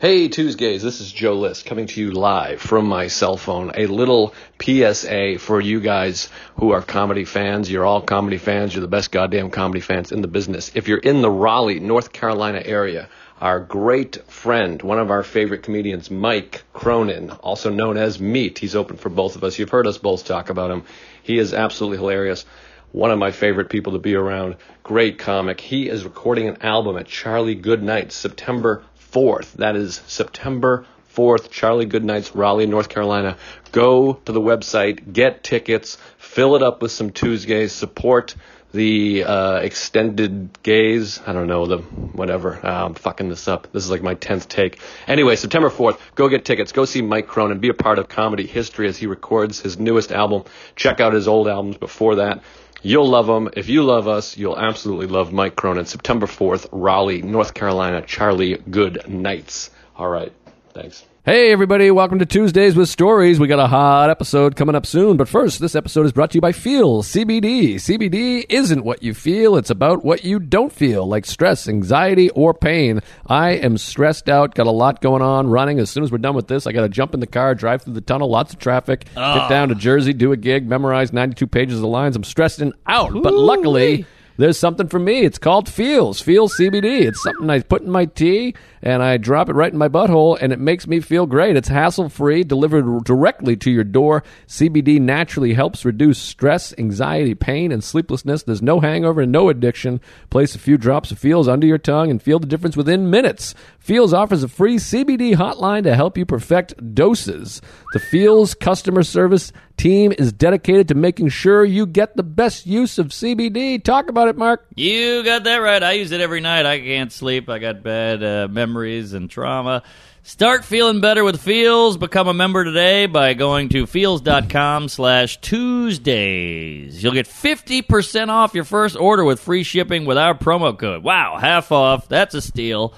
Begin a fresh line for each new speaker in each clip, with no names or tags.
Hey Tuesdays, this is Joe List coming to you live from my cell phone. A little PSA for you guys who are comedy fans. You're all comedy fans. You're the best goddamn comedy fans in the business. If you're in the Raleigh, North Carolina area, our great friend, one of our favorite comedians, Mike Cronin, also known as Meat, he's open for both of us. You've heard us both talk about him. He is absolutely hilarious one of my favorite people to be around, great comic. He is recording an album at Charlie Goodnight's September 4th. That is September 4th, Charlie Goodnight's Raleigh, North Carolina. Go to the website, get tickets, fill it up with some Tuesdays, support the uh, extended gaze. I don't know the whatever. Uh, I'm fucking this up. This is like my tenth take. Anyway, September fourth. Go get tickets. Go see Mike Cronin. Be a part of comedy history as he records his newest album. Check out his old albums before that. You'll love them. If you love us, you'll absolutely love Mike Cronin. September fourth, Raleigh, North Carolina. Charlie, good nights. All right. Thanks.
Hey, everybody, welcome to Tuesdays with Stories. We got a hot episode coming up soon, but first, this episode is brought to you by Feel CBD. CBD isn't what you feel, it's about what you don't feel, like stress, anxiety, or pain. I am stressed out, got a lot going on, running. As soon as we're done with this, I got to jump in the car, drive through the tunnel, lots of traffic, get down to Jersey, do a gig, memorize 92 pages of lines. I'm stressing out, but luckily, there's something for me. It's called Feels. Feels CBD. It's something I put in my tea and I drop it right in my butthole and it makes me feel great. It's hassle free, delivered directly to your door. CBD naturally helps reduce stress, anxiety, pain, and sleeplessness. There's no hangover and no addiction. Place a few drops of Feels under your tongue and feel the difference within minutes. Feels offers a free CBD hotline to help you perfect doses. The Feels customer service team is dedicated to making sure you get the best use of CBD. Talk about it, Mark.
You got that right. I use it every night. I can't sleep. I got bad uh, memories and trauma. Start feeling better with Feels. Become a member today by going to feels.com slash Tuesdays. You'll get 50% off your first order with free shipping with our promo code. Wow, half off. That's a steal.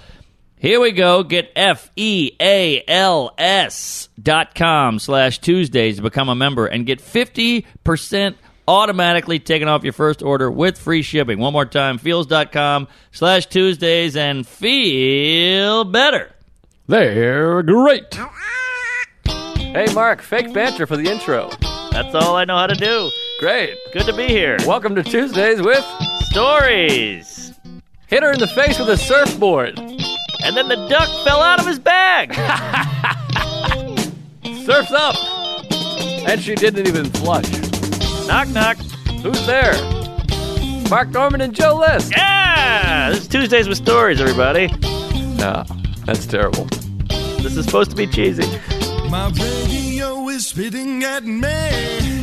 Here we go. Get F E A L S dot com slash Tuesdays to become a member and get 50% automatically taken off your first order with free shipping. One more time, feels dot com slash Tuesdays and feel better.
They're great. Hey, Mark, fake banter for the intro.
That's all I know how to do.
Great.
Good to be here.
Welcome to Tuesdays with
Stories.
Hit Her in the Face with a Surfboard.
And then the duck fell out of his bag.
Surf's up. And she didn't even flush.
knock, knock.
Who's there? Mark Norman and Joe List.
Yeah! This is Tuesdays with Stories, everybody.
No, that's terrible.
This is supposed to be cheesy.
My radio is spitting at me.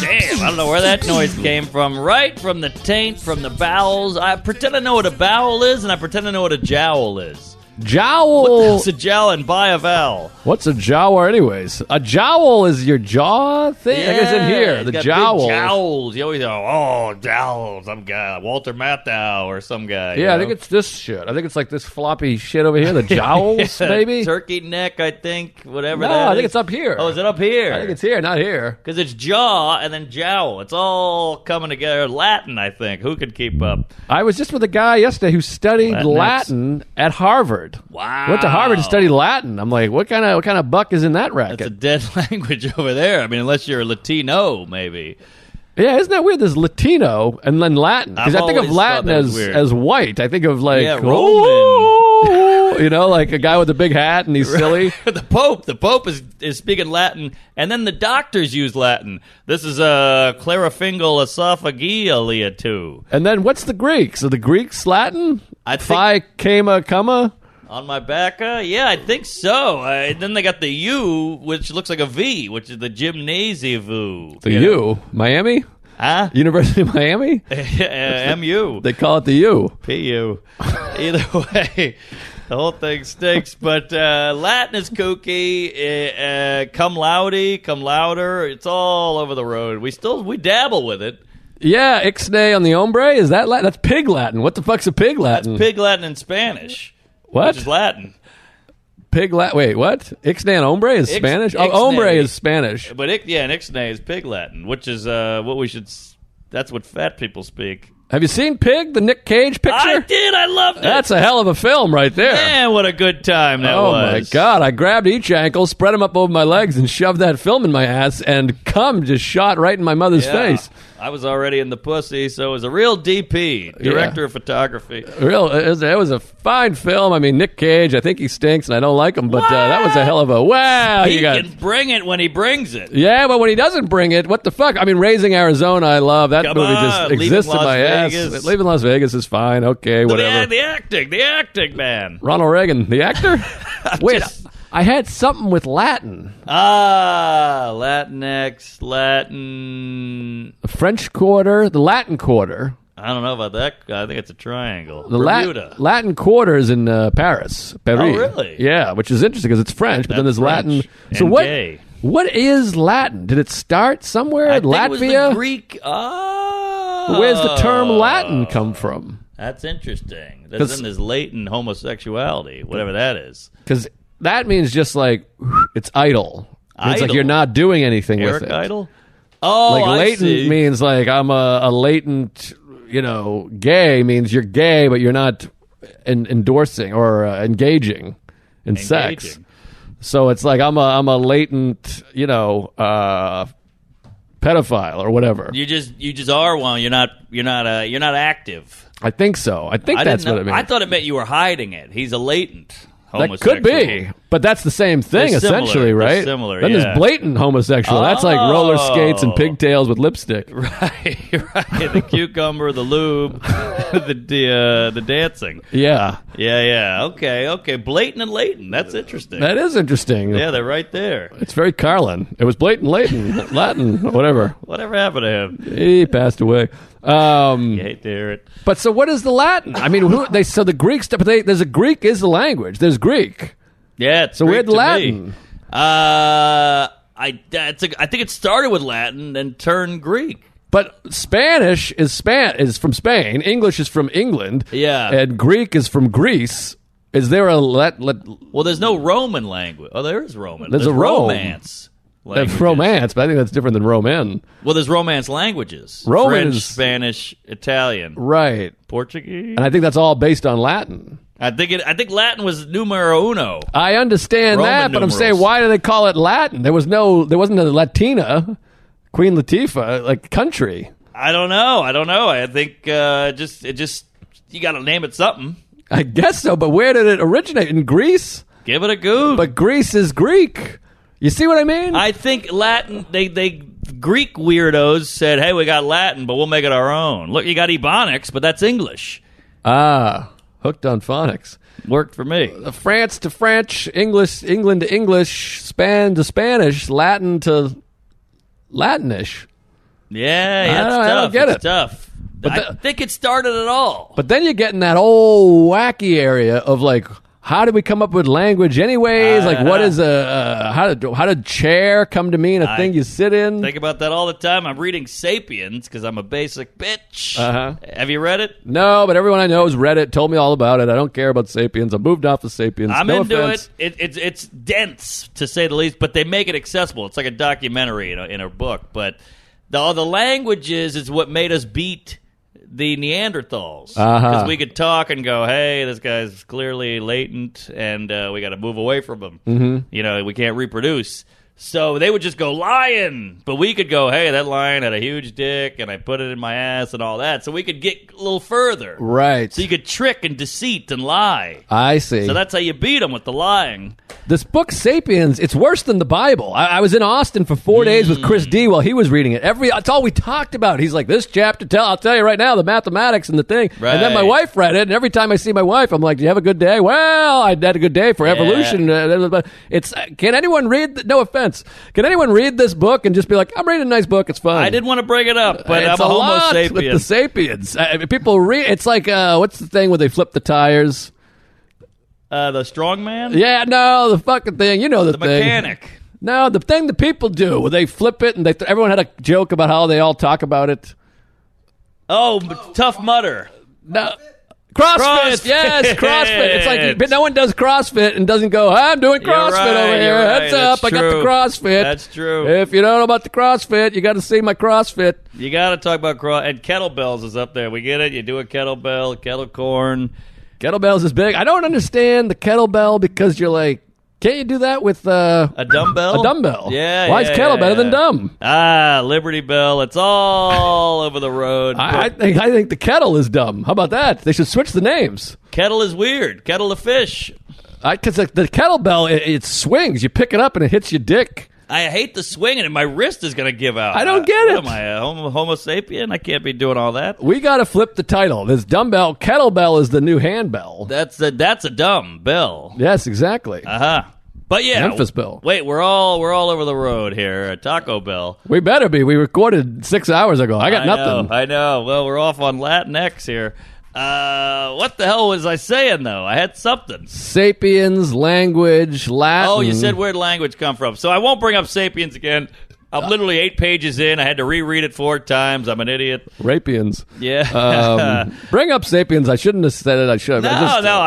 Damn, I don't know where that noise came from. Right from the taint, from the bowels. I pretend I know what a bowel is, and I pretend I know what a jowl is.
Jowl.
It's a jowl and buy a vowel.
What's a jowl, anyways? A jowl is your jaw thing. I guess in here,
it's
the
got big
jowl.
Jowls. You always go, oh, jowls. Some guy, Walter Matthau or some guy. you
Yeah, I
know?
think it's this shit. I think it's like this floppy shit over here. The jowls,
Yeah,
maybe.
Turkey neck, I think. Whatever
No,
that
I think
is.
it's up here.
Oh, is it up here?
I think it's here, not here.
Because it's jaw and then jowl. It's all coming together. Latin, I think. Who could keep up?
I was just with a guy yesterday who studied
Latinx.
Latin at Harvard.
Wow.
Went to Harvard and studied Latin. I'm like, what kind of what kind of buck is in that
That's a
racket?
dead language over there. I mean, unless you're a Latino, maybe.
yeah, isn't that weird? There's Latino and then Latin because
I've
I think of
always thought
Latin
that was
as
weird.
as white. I think of like
Yeah,
"Oh," you know, like a guy with a big hat and he's silly.
the Pope, the Pope is, is speaking Latin, and then the doctors use Latin. This is a clarifingal esophagealia too.
And then what's the Greeks? Are the Greeks Latin?
I
Phi cama cumma.
On my back, uh, yeah, I think so. Uh, then they got the U, which looks like a V, which is the gymnasivu.
The
you know?
U, Miami
huh?
University of Miami.
Uh, MU.
They call it the U.
PU. Either way, the whole thing stinks. But uh, Latin is kooky. Uh, uh, come loudy, come louder. It's all over the road. We still we dabble with it.
Yeah, ixnay on the ombre. Is that Latin? That's pig Latin. What the fuck's a pig Latin?
Pig Latin and Spanish,
Hmm. what?
which is Latin.
Pig Latin. Wait, what? Ixnay on ombre is
Ix-
Spanish.
ixnay.
Oh, ombre is Spanish.
But ic- yeah, and ixnay is Pig Latin, which is uh, what we should. s- That's what fat people speak.
Have you seen Pig, the Nick Cage picture?
I did. I loved it.
That's a hell of a film right there.
Man, what a good time that
Oh
was.
my god! I grabbed each ankle, spread them up over my legs, and shoved that film in my ass, and cum just shot right in my mother's
Yeah.
face.
I was already in the pussy, so it was a real DP, director of photography.
Real, it was, it was a fine film. I mean, Nick Cage. I think he stinks, and I don't like him, but uh, that was a hell of a wow.
He
you got,
can bring it when he brings it.
yeah, but when he doesn't bring it, what the fuck? I mean, Raising Arizona, I love that
Come
movie.
on,
Just
Leaving
exists in
Las
my ass.
Vegas.
Leaving Las Vegas is fine. Okay,
The,
whatever.
the acting, the acting, man.
Ronald Reagan, the actor. Wait,
Just-
I had something with Latin,
Ah, Latinx, Latin.
the French Quarter, the Latin Quarter.
I don't know about that. I think it's a triangle.
The
Bermuda.
Lat- Latin Quarter is in uh, Paris, Paris.
Oh, really?
Yeah, which is interesting because it's French, but then there's
That's
Latin.
French
So
and
what?
gay.
What is Latin? Did it start somewhere?
I
in
think
Latvia.
it was the Greek. Ah,
Where's the term Latin come from?
That's interesting. That's in this latent homosexuality, whatever that is.
Because that means just like it's idle. It's like
Idle.
you're not doing anything
Eric
with it.
Idle. Oh,
Like
I
latent
see.
means like I'm a, a latent, you know, gay means you're gay, but you're not en- endorsing or uh, engaging in sex.
Engaging.
So it's like I'm a I'm a latent, you know, uh, pedophile or whatever.
You just you just are one. You're not you're not uh, you're not active.
I think so. I think
I
that's
didn't
what
know,
it means.
I thought it meant you were hiding it. He's a latent.
that could be, but that's the same thing
They're similar.
essentially,
They're
right?
similar,
Then
yeah.
there's blatant homosexual. That's like roller skates and
Oh.
pigtails with lipstick.
Right, right. The cucumber, the lube, the the, uh, the dancing.
Yeah,
Yeah, yeah. Okay, okay. Blatant and latent. That's interesting.
that is interesting.
yeah, they're right there.
It's very Carlin. It was blatant Latin, Latin, whatever.
Whatever happened to him?
He passed away. Um,
You hate to hear it.
But so, what is the Latin? I mean, who, they so the Greek stuff. But they, there's a Greek is the language. There's Greek.
Yeah, it's
So
Greek
where'd
to me.
Latin?
Uh, I that's a, I think it started with Latin and turned Greek.
But Spanish is span is from Spain. English is from England.
Yeah.
and Greek is from Greece. Is there a let, let
Well, there's no Roman language. Oh, there is Roman.
There's a Rome.
romance.
that's
languages.
romance? But I think that's different than Roman.
Well, there's romance languages.
Roman
French,
is-
Spanish, Italian,
Right,
Portuguese.
and I think that's all based on Latin.
I think it, I think Latin was numero uno.
I understand
Roman
that, but I'm
numerals.
saying why do they call it Latin? There was no, there wasn't a Latina, Queen Latifah, like country.
I don't know. I don't know. I think uh, just it just you got to name it something.
I guess so, but where did it originate? In Greece,
Give it a go.
but Greece is Greek. You see what I mean?
I think Latin. They they Greek weirdos said, "Hey, we got Latin, but we'll make it our own." Look, you got Ebonics, but that's English.
ah, hooked on phonics.
Worked for me.
Uh, France to French, English, England to English, Span to Spanish, Latin to Latinish.
Yeah,
I
yeah it's
don't- I
tough.
don't get
it's
it.
tough. I
the-
think it started at all.
But then you get in that old wacky area of like, how did we come up with language anyways? like, what is a uh, how did how did chair come to mean a thing you sit in?
Think about that all the time. I'm reading *Sapiens* because I'm a basic bitch.
Uh-huh.
Have you read it?
no, but everyone I know has read it, told me all about it. I don't care about sapiens. I moved off of sapiens.
I'm
no
into
offense.
it. it. It's it's dense to say the least, but they make it accessible. It's like a documentary in a, in a book. But the, all the languages is what made us beat the Neanderthals because
Uh-huh.
we could talk and go, "Hey, this guy's clearly latent, and uh, we got to move away from him." Mm-hmm. You know, we can't reproduce. So they would just go lion, but we could go, "Hey, that lion had a huge dick, and I put it in my ass, and all that." So we could get a little further.
Right.
So you could trick and deceit and lie.
I see.
So that's how you beat them with the lying.
this book, Sapiens, it's worse than the Bible. I, I was in Austin for four days with Chris D while he was reading it. Every that's all we talked about. He's like, this chapter, tell I'll tell you right now, the mathematics and the thing. And then my
Right.
wife read it, and every time I see my wife, I'm like, do you have a good day? Well, I had a good day for evolution. Uh, But it's uh, can anyone read? th- no offense, can anyone read this book and just be like, I'm reading a nice book. It's fun.
I didn't want to bring it up, but
it's
I'm a, Homo
lot with
sapien.
the sapiens. I mean, people read. It's like uh, what's the thing where they flip the tires?
uh, the strong man,
Yeah, no, the fucking thing. You know the,
the
thing.
mechanic.
No, the thing the people do, where they flip it and they th- everyone had a joke about how they all talk about it.
Oh, m- tough mutter.
No, CrossFit,
CrossFit.
yes, CrossFit. It's like, but no one does CrossFit and doesn't go. I'm doing CrossFit
You're right,
over here.
you're right.
Heads
That's
up, I got
true.
the CrossFit.
That's true.
If you don't know about the CrossFit, you got to see my CrossFit.
You got to talk about cross and kettlebells is up there. We get it. You do a kettlebell, kettle corn.
Kettlebells is big. I don't understand the kettlebell because you're like, can't you do that with uh,
A dumbbell?
A dumbbell.
Oh, Yeah.
Why is
yeah,
kettle
yeah,
better than
yeah.
dumb?
Ah, Liberty Bell. It's all over the road.
I, I think I think the kettle is dumb. How about that? They should switch the names.
kettle is weird. Kettle of fish.
Because the, the kettlebell, it, it swings. You pick it up and it hits your dick.
I hate the swinging, and my wrist is going to give out.
I don't
Uh,
get it.
What am I, a homo, homo sapien? I can't be doing all that.
We got to flip the title. This dumbbell kettlebell is the new handbell.
That's a that's a dumb bell.
yes, exactly.
Uh huh. But yeah,
Memphis Bell.
Wait, we're all we're all over the road here. Uh, Taco Bell.
we better be. We recorded six hours ago. I got
I
nothing.
Know, I know. Well, we're off on Latinx here. Uh, what the hell was I saying though? I had something.
Sapiens, language, Latin.
Oh, you said where'd language come from? So I won't bring up sapiens again. I'm literally eight pages in. I had to reread it four times. I'm an idiot.
Um, rapians.
Yeah.
Um, bring up sapiens. I shouldn't have said it. I should have.
No,
I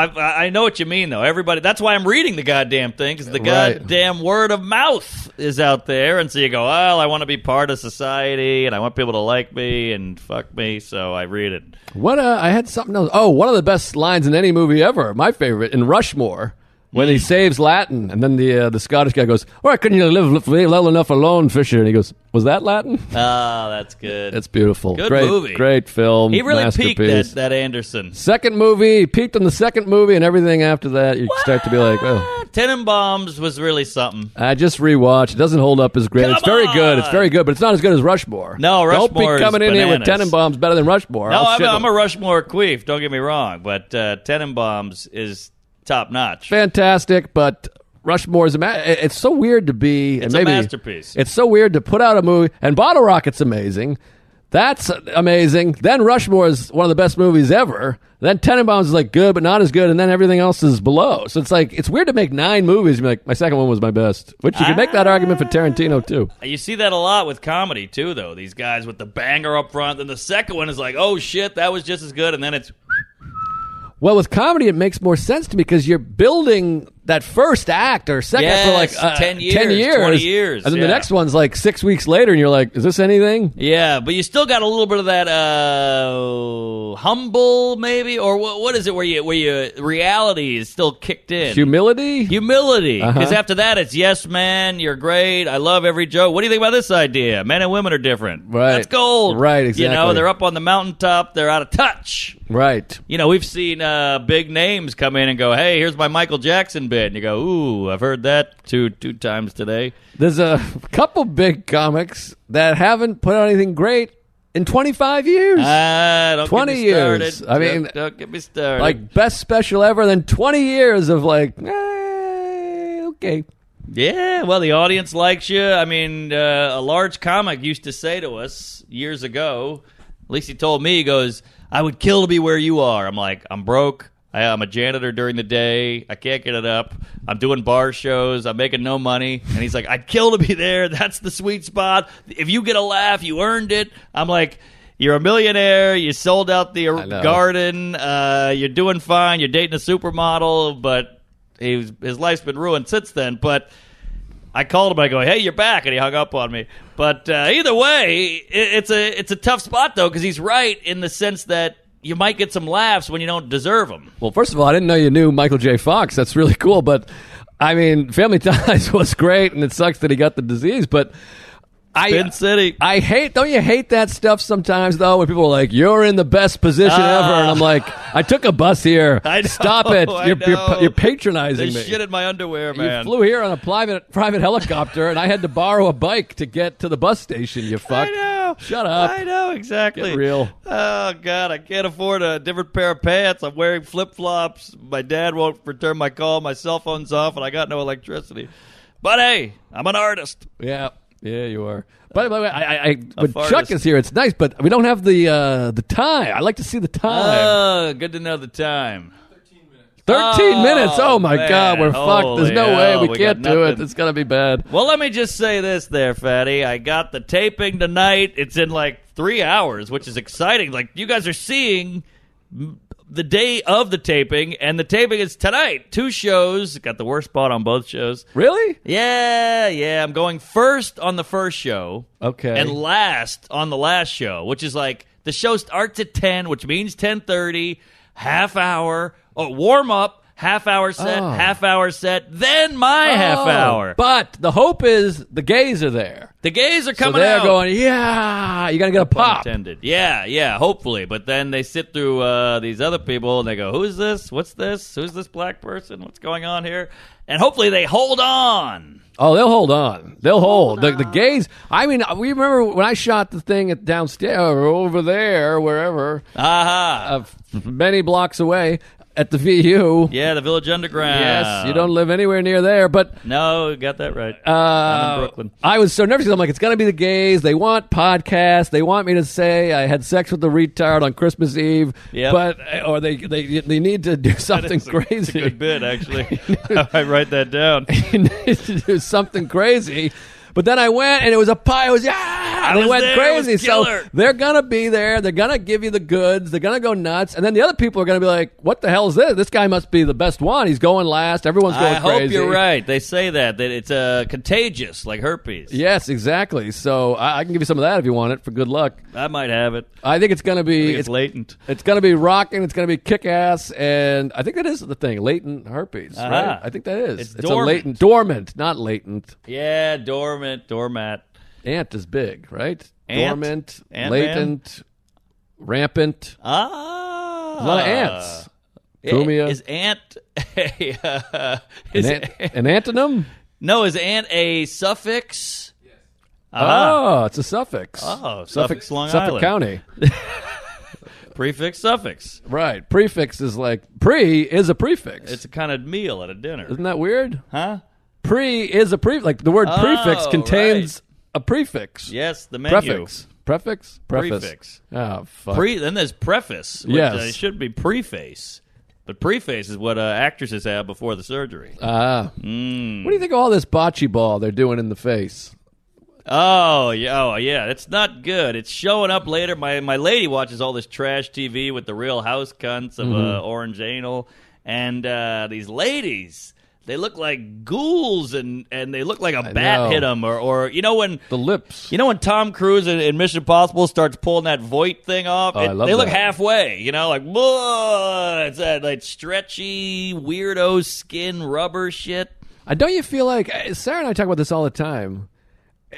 just-
no, I, I know what you mean though. Everybody, that's why I'm reading the goddamn thing because the
Right.
goddamn word of mouth is out there, and so you go, well, I want to be part of society, and I want people to like me and fuck me, so I read it.
What uh, I had something else. Oh, one of the best lines in any movie ever. My favorite in Rushmore when
Mm.
he saves Latin, and then the uh, the Scottish guy goes, "Why couldn't you live, live well enough alone, Fisher?" And he goes, "Was that Latin?"
Ah, that's good.
It's beautiful.
Good
great,
movie.
Great film.
he really peaked that,
masterpiece.
that Anderson.
Second movie he peaked in the second movie, and everything after that, you start to be like, "Oh."
Ah, Tenenbaums was really something.
I just rewatched. It doesn't hold up as great. it's
Come
very good.
on!
It's very good, but it's not as good as Rushmore.
No, Rushmore
Don't
is
be coming in here with
bananas.
Tenenbaums better than Rushmore.
No,
I'll
I'm,
shit
a-
on-
I'm a Rushmore queef. Don't get me wrong, but uh, Tenenbaums is top notch.
fantastic, but Rushmore is a ma- it's so weird to be and
a
maybe-
masterpiece.
It's so weird to put out a movie and Bottle Rocket's amazing. That's amazing. Then Rushmore is one of the best movies ever. Then Tenenbaums is like good, but not as good. And then everything else is below. So it's like it's weird to make nine movies. And be like my second one was my best, which you could make that argument for Tarantino too.
You see that a lot with comedy too, though. These guys with the banger up front, then the second one is like, "Oh shit, that was just as good," and then it's
Well, with comedy, it makes more sense to me because you're building that first act or second act for
Yes,
like uh,
10 years,
10 years,
20 years,
and then
yeah.
the next one's like six weeks later, and you're like, "Is this anything?"
yeah. But you still got a little bit of that uh, humble, maybe, or what? What is it where you where you reality is still kicked in?
Humility?
Humility, because
Uh-huh.
after that, it's yes, man, you're great. I love every joke. What do you think about this idea? Men and women are different.
Right.
That's gold.
Right,
You know,
exactly.
they're up on the mountaintop. They're out of touch.
right.
You know, we've seen uh, big names come in and go, "Hey, here's my Michael Jackson bit," and you go, "Ooh, I've heard that two two times today."
There's a couple big comics that haven't put out anything great in 25 years.
Ah, don't
20
get me
years.
started.
I mean,
don't, don't get me started.
like best special ever, then 20 years of like, eh, okay.
yeah, well, the audience likes you. I mean, uh, a large comic used to say to us years ago. At least he told me, he goes, "I would kill to be where you are." I'm like, I'm broke. I, I'm a janitor during the day. I can't get it up. I'm doing bar shows. I'm making no money. And he's like, I'd kill to be there. That's the sweet spot. If you get a laugh, you earned it. I'm like, you're a millionaire. You sold out the
know.
garden. Uh, you're doing fine. You're dating a supermodel, but he was, his life's been ruined since then. But I called him. I go, "Hey, you're back," and he hung up on me. But uh, either way, it, it's a it's a tough spot though because he's right in the sense that you might get some laughs when you don't deserve them.
Well, first of all, I didn't know you knew Michael J. Fox. That's really cool. But I mean, Family Ties was great, and it sucks that he got the disease. But I,
Spin City.
I hate. Don't you hate that stuff sometimes though? When people are like, "You're in the best position ever," and I'm like, "I took a bus here.
Ah. I know,
Stop it!
I
You're,
know.
you're, you're patronizing
There's
me."
shit in my underwear,
you
man.
flew here on a private private helicopter, and I had to borrow a bike to get to the bus station. You fuck.
I know.
Shut up.
I know exactly.
Get real.
Oh God, I can't afford a different pair of pants. I'm wearing flip flops. My dad won't return my call. My cell phone's off, and I got no electricity. But hey, I'm an artist.
Yeah, yeah, you are. But by the way, I, I, I when
fartist.
Chuck is here, it's nice, but we don't have the uh, the time. I like to see the time.
Oh, good to know the time.
Thirteen
oh,
minutes. Oh my
man.
god, we're fucked. There's no
Holy
way
hell,
we,
we
can't
got
do it.
nothing.
It's gonna be bad.
Well, let me just say this there, Fatty. I got the taping tonight. It's in like three hours, which is exciting. Like, you guys are seeing m- the day of the taping, and the taping is tonight. Two shows. Got the worst spot on both shows.
Really?
Yeah, yeah. I'm going first on the first show.
Okay.
And last on the last show, which is like the show starts at ten, which means ten thirty, half hour, or warm up, half hour set,
Oh.
half hour set, then my half
Oh,
hour.
But the hope is the gays are there.
the gays are
So
coming
they're
out.
going, yeah, you're going to get a
Pun
pop.
intended. Yeah, yeah, hopefully. But then they sit through uh, these other people and they go, Who's this? What's this? Who's this black person? What's going on here? And hopefully they hold on.
Oh, they'll hold on. They'll hold. the, the gays, I mean, we remember when I shot the thing at downstairs or over there, wherever,
Aha.
uh, many blocks away at the VU.
yeah, the Village Underground.
Yes, you don't live anywhere near there, but
No, you got that right.
uh,
I'm in Brooklyn.
I was so nervous. I'm like, it's gonna be the gays. They want podcasts. They want me to say I had sex with the retard on Christmas Eve.
Yep.
but or they they they need to do something
It's a-
crazy.
It's a good bit, actually. I write that down.
you need to do something crazy. But then I went and it was a pie. It was yeah, and
was
it went
there. It
crazy.
was
so
killer.
they're gonna be there. They're gonna give you the goods. They're gonna go nuts. And then the other people are gonna be like, "What the hell is this? This guy must be the best one. He's going last. Everyone's going
I hope
crazy."
you're right. They say that that it's uh, contagious, like herpes.
Yes, exactly. So I, I can give you some of that if you want it for good luck.
I might have it.
I think it's gonna
I
be
think
it's,
it's latent.
it's gonna be rocking. It's gonna be kick ass, and I think that is the thing. Latent herpes, right?
Uh-huh.
I think that is.
It's
a
dormant.
latent, dormant, not latent.
Yeah, dormant, doormat.
Ant is big, right?
Ant?
Dormant,
Ant-Man?
latent, rampant.
Ah,
A lot of ants.
Eh,
Gumia.
Is ant a uh,
An,
is
ant, an antonym?
no? Is ant a suffix?
Oh, it's a suffix.
Uh-huh. Oh,
Suffolk,
suffix Long
Suffolk
Island.
County.
Prefix suffix.
Right. Prefix is like pre is a prefix.
It's a kind of meal at a dinner,
Isn't that weird?
huh?
Pre is a prefix. Like the word
Oh,
prefix contains a prefix.
Yes, the menu.
Prefix. Prefix? Preface.
Prefix.
Oh, fuck.
Pre. Then there's preface. Which,
Yes.
uh, should be preface. But preface is what uh, actresses have before the surgery.
Ah.
Hmm.
What do you think of all this bocce ball they're doing in the face?
Oh yeah, oh yeah, it's not good. It's showing up later. My my lady watches all this trash TV with the Real House cunts
Mm-hmm.
of uh, Orange Anal, and uh, these ladies. They look like ghouls, and, and they look like a
know.
bat hit 'em hit them, or, or you know when
The lips.
you know when Tom Cruise in, in Mission Impossible starts pulling that Voight thing off?
Oh, I love
they look
that.
halfway, you know, like, "Whoa," it's that like stretchy, weirdo skin rubber shit.
Uh, don't you feel like uh, Sarah and I talk about this all the time?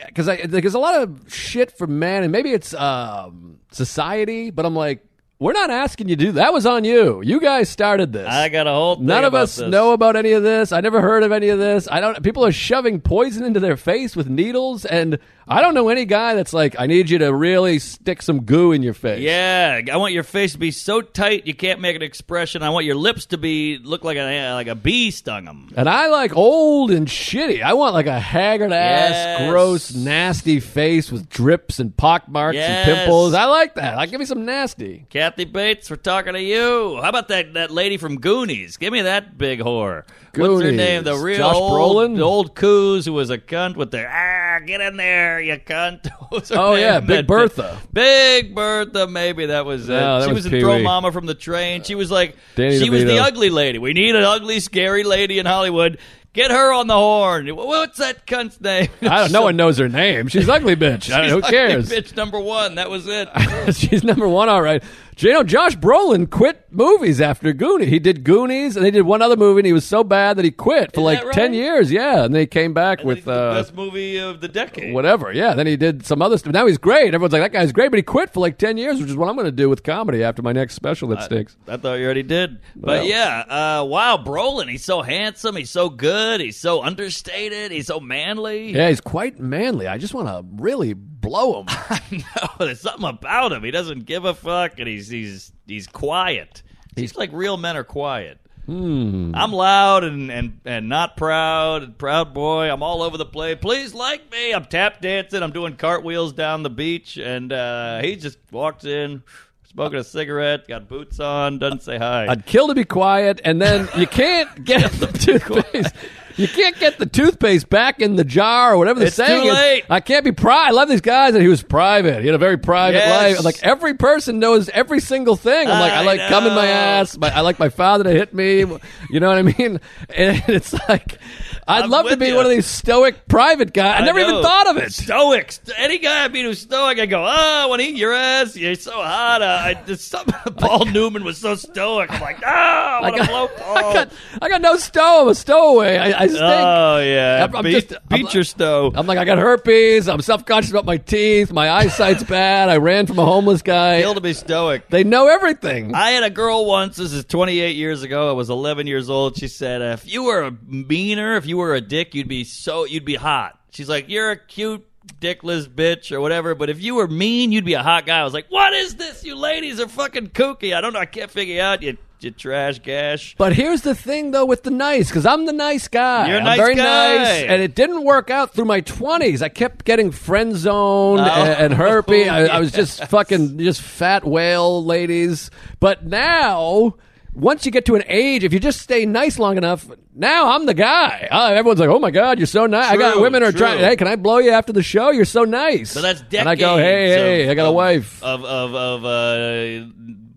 Because I there's a lot of shit for men, and maybe it's um, society. But I'm like, we're not asking you to do that. Was on you. You guys started this.
I got a whole thing
None of
about
us
this.
know about any of this. I never heard of any of this. I don't. People are shoving poison into their face with needles, and I don't know any guy that's like, I need you to really stick some goo in your face.
Yeah, I want your face to be so tight you can't make an expression. I want your lips to be look like a like a bee stung them.
And I like old and shitty. I want like a haggard ass,
Yes.
gross, nasty face with drips and pock marks
Yes.
and pimples. I like that. I give me some nasty.
Kathy Bates, we're talking to you. How about that that lady from Goonies? Give me that big whore. What's her
Goonies.
name? The real
Josh
old,
Brolin?
the old coos who was a cunt with the ah, get in there, you cunt. What was her
Oh,
name?
yeah, Big
That-
Bertha.
Big Bertha, maybe that was it.
No, that
she
was
was, in Throw
Pee-wee.
Mama from the Train. She was like,
Danny
she was the
DeVito.
ugly lady. We need an ugly, scary lady in Hollywood. Get her on the horn. What's that cunt's name?
I don't. No one knows her name. She's ugly bitch. I-
She's
Who
ugly
cares?
Bitch number one. That was it.
She's number one. All right. You know, Josh Brolin quit movies after Goonies. He did Goonies, and they did one other movie, and he was so bad that he quit for
Is
like
that right?
ten years. Yeah, and they came back with uh,
the best movie of the decade.
whatever. Yeah. Then he did some other stuff. Now he's great. Everyone's like, that guy's great, but he quit for like 10 years, which is what I'm going to do with comedy after my next special that stinks.
I thought you already did.
Well.
But yeah, uh, wow, Brolin, he's so handsome, he's so good, he's so understated, he's so manly.
Yeah, he's quite manly. I just want to really blow him.
No, there's something about him. He doesn't give a fuck and he's he's he's quiet. He's like real men are quiet.
Hmm.
I'm loud and, and, and not proud, and proud boy. I'm all over the place. Please like me. I'm tap dancing. I'm doing cartwheels down the beach. And uh, he just walks in, smoking a cigarette, got boots on, doesn't say hi.
I'd kill to be quiet, and then you can't get the toothpaste. you can't get the toothpaste back in the jar or whatever the
It's
saying
too
is.
late.
I can't be private. I love these guys that he was private. He had a very private
Yes.
life. Like every person knows every single thing. I'm like, I,
I
like coming my
know.
ass. My, I like my father to hit me. You know what I mean? And it's like, I'd
I'm
love to
with
be
ya.
one of these stoic private guys. I, never even
know.
thought of it.
Stoics. Any guy I meet who's stoic, I go, oh, I want to eat your ass. You're so hot. Uh, I, there's some, Paul Newman was so stoic. I'm like, ah, I want to
got-
blow Paul.
I got, I got no stow. I'm a stowaway. I, I stink.
oh, yeah.
I'm- I'm
beat
just-
beat
I'm-
your stove.
I'm like, I got herpes. I'm self conscious about my teeth. My eyesight's bad. I ran from a homeless guy.
Kill to be stoic.
They know everything.
I had a girl once. This is 28 years ago. I was 11 years old. She said, "If you were a meaner, if you were a dick, you'd be so you'd be hot." She's like, "You're a cute dickless bitch or whatever, but if you were mean, you'd be a hot guy." I was like, "What is this? You ladies are fucking kooky. I don't know. I can't figure out you you trash gash."
but here's the thing, though, with the nice, because I'm the nice guy.
You're a
I'm
nice
very
guy.
nice, and it didn't work out through my 20s. I kept getting friend
Oh.
zoned and, and herpy. I, I was just fucking just fat whale ladies. But now. Once you get to an age, if you just stay nice long enough, now I'm the guy. Uh, everyone's like, "Oh my god, you're so nice." I got
True,
women are
true.
trying. Hey, can I blow you after the show? You're so nice.
So that's decades.
And I go, "Hey,
of-
hey, I got a
of-
wife."
of of of uh,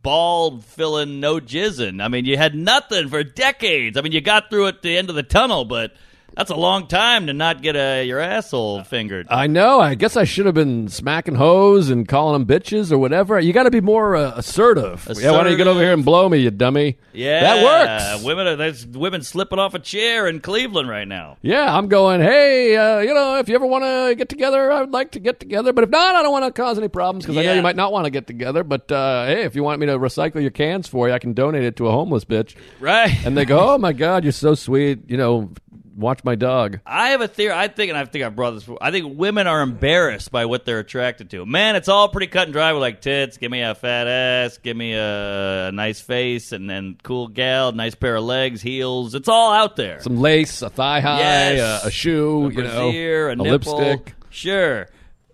bald filling no jizzing. I mean, you had nothing for decades. I mean, you got through at the end of the tunnel, but that's a long time to not get uh your asshole fingered.
I know. I guess I should have been smacking hoes and calling them bitches or whatever. You got to be more uh, assertive. Yeah, why don't you get
Assertive.
over here and blow me, you dummy?
yeah,
that works.
Women are there's women slipping off a chair in Cleveland right now.
Yeah, I'm going. Hey, uh, you know, if you ever want to get together, I would like to get together. But if not, I don't want to cause any problems because I know
Yeah.
you might not want to get together. But uh, hey, if you want me to recycle your cans for you, I can donate it to a homeless bitch.
Right.
And they go, "Oh my god, you're so sweet." You know, watch my dog.
I have a theory. I think, and I think I brought this. I think women are embarrassed by what they're attracted to. Man, it's all pretty cut and dry. We're like tits. Give me a fat ass. Give me a nice face, and then cool gal, nice pair of legs, heels. It's all out there.
Some lace, a thigh high,
Yes.
a, a shoe, you know,
brassiere, a,
a
nipple.
lipstick.
Sure.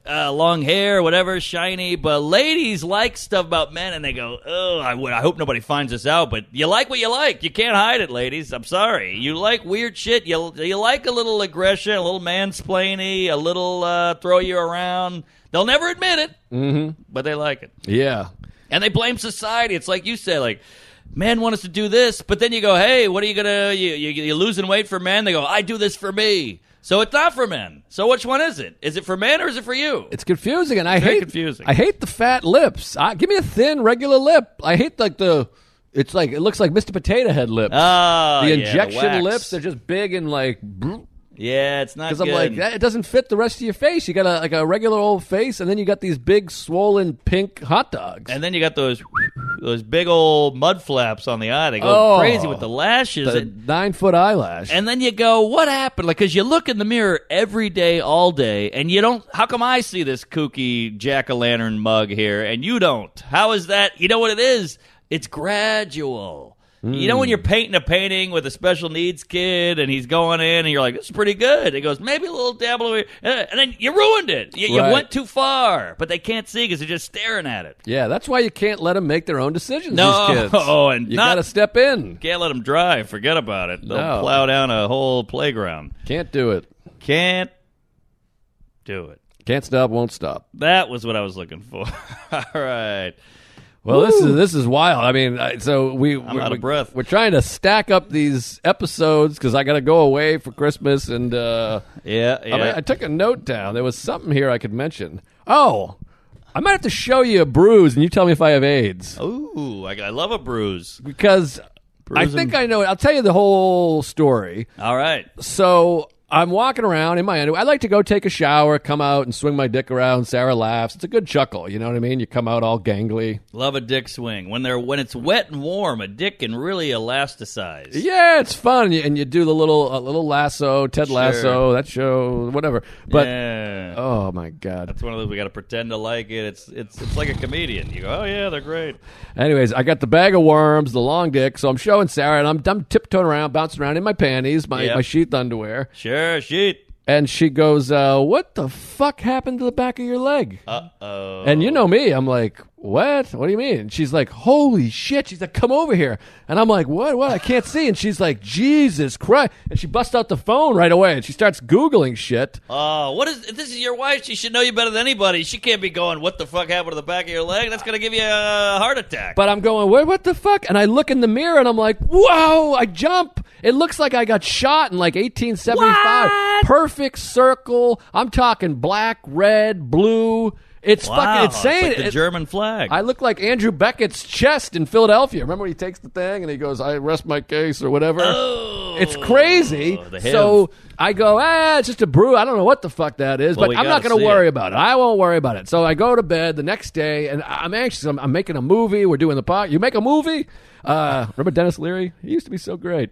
Uh, long hair, whatever, shiny. But ladies like stuff about men, and they go, "Oh, I would- I hope nobody finds this out." But you like what you like. You can't hide it, ladies. I'm sorry. You like weird shit. You you like a little aggression, a little mansplaining, a little uh, throw you around. They'll never admit it, mm-hmm. but they like it.
Yeah.
And they blame society. It's like you say, like, men want us to do this, but then you go, hey, what are you gonna? You, you you losing weight for men? They go, I do this for me. So it's not for men. So which one is it? Is it for men or is it for you?
It's confusing, and I
very
hate
confusing.
I hate the fat lips. I, give me a thin, regular lip. I hate like the. It's like it looks like Mr. Potato Head lips.
Ah,
the
yeah,
injection
wax.
lips are just big and like because
Yeah, it's not.
I'm
good.
like that, it doesn't fit the rest of your face. You got a, like a regular old face, and then you got these big swollen pink hot dogs.
And then you got those those big old mud flaps on the eye. They go
Oh.
crazy with the lashes.
the
and,
nine foot eyelash.
And then you go, what happened? Like, because you look in the mirror every day, all day, and you don't. How come I see this kooky jack o' lantern mug here and you don't? How is that? You know what it is? It's gradual. You know when
Hmm.
you're painting a painting with a special needs kid and he's going in and you're like, this is pretty good. It goes, maybe a little dabble over here. Uh, And then you ruined it. You,
Right.
you went too far, but they can't see because they're just staring at it.
yeah, that's why you can't let them make their own decisions.
No,
these kids.
oh, and
you
not-
got to step in.
Can't let them drive. Forget about it. They'll
No.
plow down a whole playground.
Can't do it.
Can't do it.
Can't stop. Won't stop.
That was what I was looking for. All right.
Well, this is this is wild. I mean, I- so we I'm we're,
out of
we-
breath.
We're trying to stack up these episodes because I got to go away for Christmas, and uh,
Yeah, yeah.
I, mean, I took a note down. There was something here I could mention. Oh, I might have to show you a bruise, and you tell me if I have AIDS
Ooh, I, I love a bruise.
because I
Bruising.
think I know. it. I'll tell you the whole story.
All right.
So I'm walking around in my underwear. I like to go take a shower, come out, and swing my dick around. Sarah laughs. It's a good chuckle. You know what I mean? You come out all gangly.
Love a dick swing. When they're when it's wet and warm, a dick can really elasticize.
Yeah, it's fun, and you do the little uh, little lasso, Ted Lasso, that show, whatever. But
Yeah.
oh my god!
It's one of those we got to pretend to like it. It's it's it's like a comedian. You go, "Oh yeah, they're great."
Anyways, I got the bag of worms, the long dick, so I'm showing Sarah, and I'm, I'm tiptoeing around, bouncing around in my panties, my
Yep.
my sheath underwear,
Sure, sheet.
and she goes, uh, "What the fuck happened to the back of your leg?"
Uh-oh.
And you know me, I'm like, what? What do you mean? She's like, holy shit. She's like, come over here. And I'm like, what? What? I can't see. And she's like, Jesus Christ. And she busts out the phone right away and she starts Googling shit.
Oh, what is if this? Is your wife? She should know you better than anybody. She can't be going. What the fuck happened to the back of your leg? That's gonna give you a heart attack.
But I'm going, what, what the fuck? And I look in the mirror and I'm like, whoa, I jump. It looks like I got shot in like 1875. Perfect circle. I'm talking black, red, blue. It's
wow,
fucking insane.
It's like the
It-
German flag.
I look like Andrew Beckett's chest in Philadelphia. Remember, when he takes the thing and he goes, "I rest my case" or whatever.
Oh,
It's crazy.
the hiv.
So I go, ah, it's just a brew. I don't know what the fuck that is,
Well, we
but I'm not
gotta
going
see
to worry
it.
about it. I won't worry about it. So I go to bed the next day, and I- I'm anxious. I'm, I'm making a movie. We're doing the pot. You make a movie? Uh, remember Dennis Leary? He used to be so great.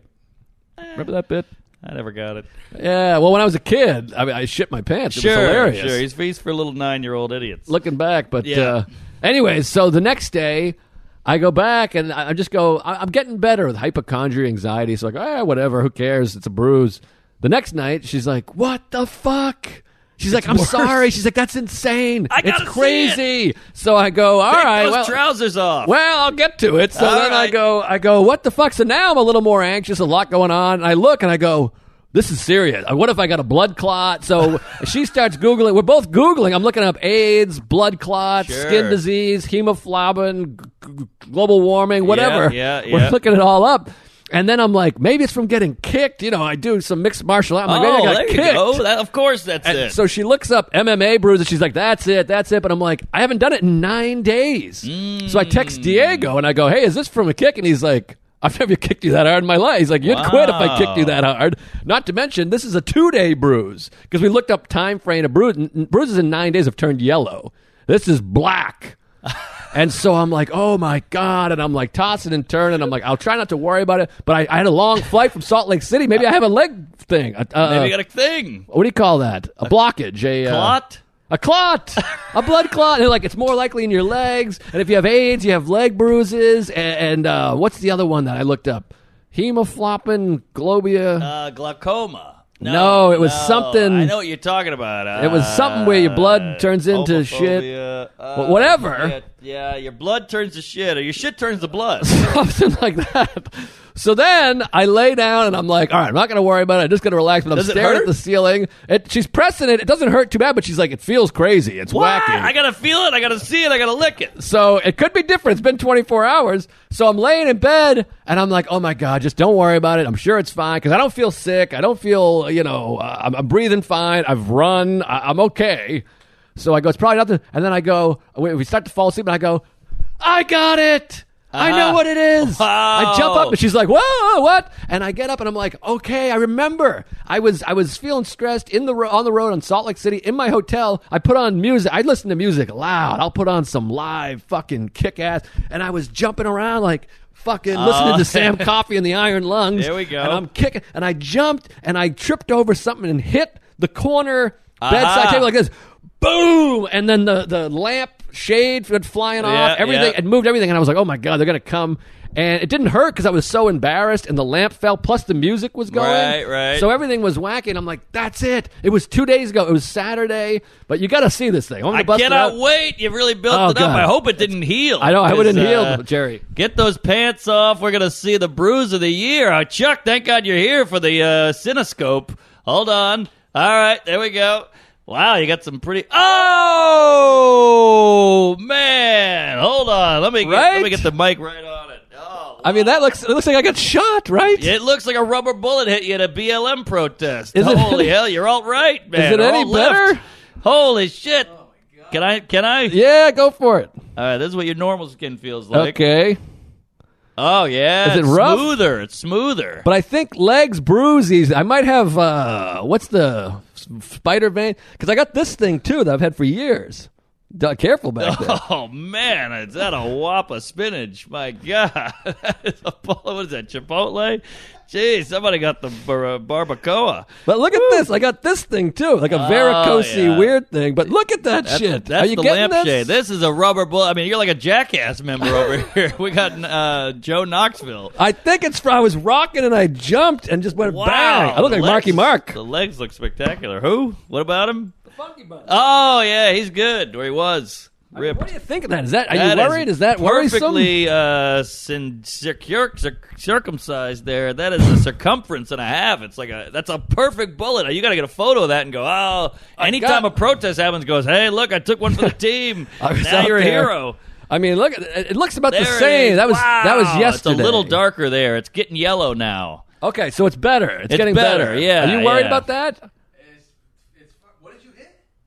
Remember that bit?
I never got it.
Yeah. Well, when I was a kid, I, mean, I shit my pants. It
Eh. Sure,
was hilarious
sure. He's, he's for little nine-year-old idiots.
looking back. But
Yeah.
uh, anyways, so the next day I go back and I I just go, I- I'm getting better with hypochondria, anxiety. So like, ah, whatever, who cares? It's a bruise. The next night, she's like, "What the fuck?" She's like, "I'm sorry." She's like, "That's insane.
I
it's
gotta see
crazy." So I go, "All right,
Take those
well,
trousers off.
well, I'll get to it. So
All
then I
right.
go, I go, what the fuck? So now I'm a little more anxious, a lot going on. And I look and I go, this is serious. Uh, What if I got a blood clot? So she starts Googling. We're both Googling. I'm looking up AIDS, blood clots,
Sure.
skin disease, hemoglobin, g- g- global warming, whatever.
yeah,
We're
yeah.
looking it all up. And then I'm like, maybe it's from getting kicked. You know, I do some mixed martial arts. I'm like,
oh,
maybe I
there
got
you
kicked.
go. That, of course, that's
And
it.
So she looks up MMA bruises. She's like, "That's it, that's it." But I'm like, I haven't done it in nine days. So I text Diego and I go, "Hey, is this from a kick?" And he's like, "I've never kicked you that hard in my life." He's like, "You'd quit if I kicked you that hard." Not to mention, this is a two day bruise because we looked up time frame. A bruise, n- bruises in nine days have turned yellow. This is black. And so I'm like, oh my God. And I'm like tossing and turning. I'm like, I'll try not to worry about it. But I, I had a long flight from Salt Lake City. Maybe I have a leg thing. Uh, uh,
Maybe you got a thing.
what do you call that? A blockage, a uh,
Clot.
a clot, a blood clot. And like it's more likely in your legs. And if you have AIDS, you have leg bruises. And, and uh, what's the other one that I looked up? Hemofloppin globia.
Uh, glaucoma.
No, it was something-
I know what you're talking about.
It was something where your blood
Uh,
turns into shit.
homophobia, uh,
Wh- whatever.
Yeah, yeah, your blood turns to shit, or your shit turns to blood.
something like that. So then I lay down and I'm like, all right, I'm not going to worry about it. I'm just going to relax. But I'm
Does it
staring at
hurt?
the ceiling. It, she's pressing it. It doesn't hurt too bad, but she's like, it feels crazy. It's
What?
wacky.
I gotta feel it. I gotta see it. I gotta lick it.
So it could be different. It's been 24 hours. So I'm laying in bed and I'm like, oh my God, just don't worry about it. I'm sure it's fine because I don't feel sick. I don't feel, you know, uh, I'm, I'm breathing fine. I've run. I, I'm okay. So I go, it's probably nothing. And then I go, we, we start to fall asleep and I go, I got it. I know
Uh-huh.
what it is.
Wow.
I jump up and she's like, "Whoa, what?" And I get up and I'm like, "Okay, I remember. I was I was feeling stressed in the ro- on the road in Salt Lake City in my hotel. I put on music. I listen to music loud. I'll put on some live fucking kick ass, and I was jumping around like fucking listening to Sam Coffee and the Iron Lungs.
Oh. There we go.
And I'm kicking, and I jumped and I tripped over something and hit the corner bedside
Aha.
table like this. Boom! And then the the lamp shade went flying
Yeah,
off. Everything
yeah.
it moved everything, and I was like, "Oh my god, they're gonna come!" And it didn't hurt because I was so embarrassed, and the lamp fell. Plus, the music was going.
Right, right.
So everything was wacky, and I'm like, "That's it." It was two days ago. It was Saturday, but you got to see this thing. I'm gonna
I
bust it
cannot
out.
wait. You really built
Oh,
it up.
God.
I hope it didn't heal.
I know I wouldn't
Because,
heal,
uh,
Jerry.
Get those pants off. We're gonna see the bruise of the year. Uh, Chuck, thank God you're here for the uh, Cinescope. Hold on. All right, there we go. Wow, you got some pretty. Oh man, hold on. Let me get,
Right?
let me get the mic right on it. Oh,
I mean, that looks it looks like I got shot, right?
it looks like a rubber bullet hit you at a BLM protest.
Is it
Holy
any-
hell, you're all right, man.
it any
All left.
better?
Holy shit. Can I? Can I?
Yeah, go for it.
All right, this is what your normal skin feels like.
okay,
Oh yeah,
Is it
it's
rough?
smoother. It's smoother.
but I think legs bruises. I might have uh, what's the s- spider vein? Because I got this thing too that I've had for years. D- Careful back there.
oh man, is that a whop of spinach? My God, that is a bowl. What is that? Chipotle? Jeez, somebody got the bar- uh, barbacoa.
But look at this. I got this thing too, like a varicose
Oh, yeah.
weird thing. But look at that shit.
That's
Are you
the
getting
lampshade.
this?
This? is a rubber bullet. I mean, you're like a jackass member over here. We got uh, Joe Knoxville.
I think it's from I was rocking and I jumped and just went
Wow,
bang. I look
the
like Marky
legs-
Mark.
The legs look spectacular. Who? What about him? Oh yeah, he's good. Where he was. Uh, ripped.
What do you think of that? Is that are
That
you worried? Is, that worrisome?
perfectly uh, sin- circur- circ- circumcised? There, that is a circumference and a half. It's like a that's a perfect bullet. You got to get a photo of that and go. Oh, anytime
got-
a protest happens, goes. Hey, look, I took one for the team.
I was
now
out
you're a
there.
hero.
I mean, look, at- it it looks about
There
the
it
same.
is.
That was that was
Wow,
yesterday.
It's a little darker there. It's getting yellow now.
Okay, so it's better. It's,
It's
getting
better,
better.
yeah,
Are you worried
yeah.
about that?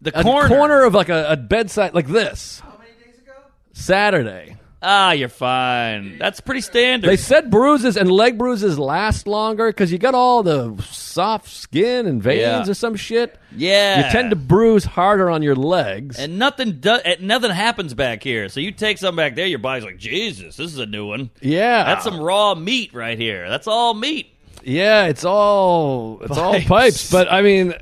The
A
corner.
of like a, a bedside like this. How many days ago? Saturday.
Ah, you're fine. That's pretty standard.
They said bruises and leg bruises last longer because you got all the soft skin and veins
Yeah.
or some shit.
yeah,
You tend to bruise harder on your legs.
And nothing do- and nothing happens back here. So you take something back there, your body's like, Jesus, this is a new one.
yeah,
That's some raw meat right here. That's all meat.
Yeah, it's all it's all
Pipes.
pipes. But I mean,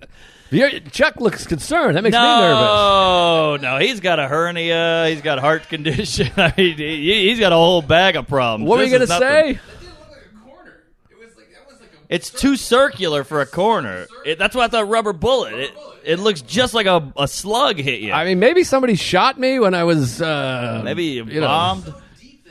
you're- Chuck looks concerned. That makes me nervous.
No, no, he's got a hernia. He's got heart condition. I mean, he, he's got a whole bag of problems.
What were
This
you gonna
is nothing.
say?
It's too circular for a corner. It, that's why I thought rubber bullet. It, it looks just like a, a slug hit you.
I mean, maybe somebody shot me when I was uh,
Maybe you
know.
bombed. He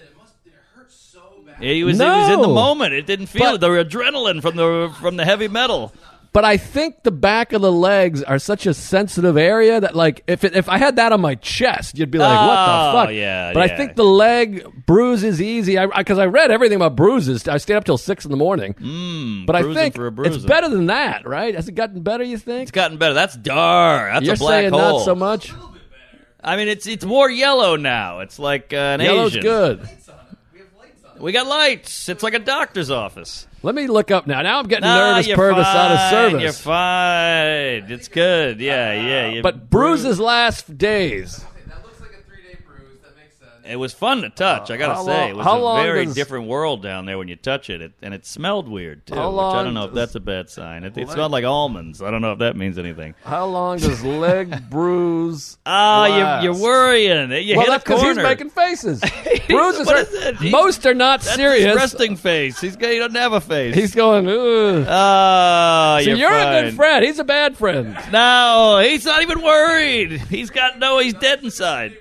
was, he was
No.
in the moment. It didn't feel
But-
it. The adrenaline from the from the heavy metal.
But I think the back of the legs are such a sensitive area that, like, if it, if I had that on my chest, you'd be like, "What
Oh,
the fuck?"
yeah,
But
yeah.
I think the leg bruise is easy. I because I, read everything about bruises. I stayed up till six in the morning. Mm, but I
Hmm, bruising
think
for a
it's
bruising.
better than that, right? Has it gotten better? You think?
It's gotten better. That's dark. That's
You're
a black
saying
hole.
not so much.
I mean, it's it's more yellow now. It's like uh, an
Yellow's
Asian.
good.
We got lights. It's like a doctor's office.
Let me look up now. Now I'm getting
Nah,
nervous.
you're
Purvis
fine.
out of service.
You're fine. It's good. Yeah, yeah. you-
But bruises last for days.
It was fun to touch. I gotta
How
say,
long-
it was
how
a
long
very
does-
different world down there when you touch it, it and it smelled weird too.
How
which I
long
don't know if
does-
that's a bad sign. It, it smelled like almonds. I don't know if that means anything.
How long does leg bruise?
Ah,
last?
you, you're worrying. You
Well,
hit a
that's because he's
corner.
making faces. Bruises
What
are,
is it? He's-
most are not
that's
serious.
His resting face. He's got, he doesn't have a face.
He's going. Ugh.
Ah,
so
Oh, you're,
you're, a
fine.
good friend. He's a bad friend.
No, he's not even worried. He's got no. He's dead inside.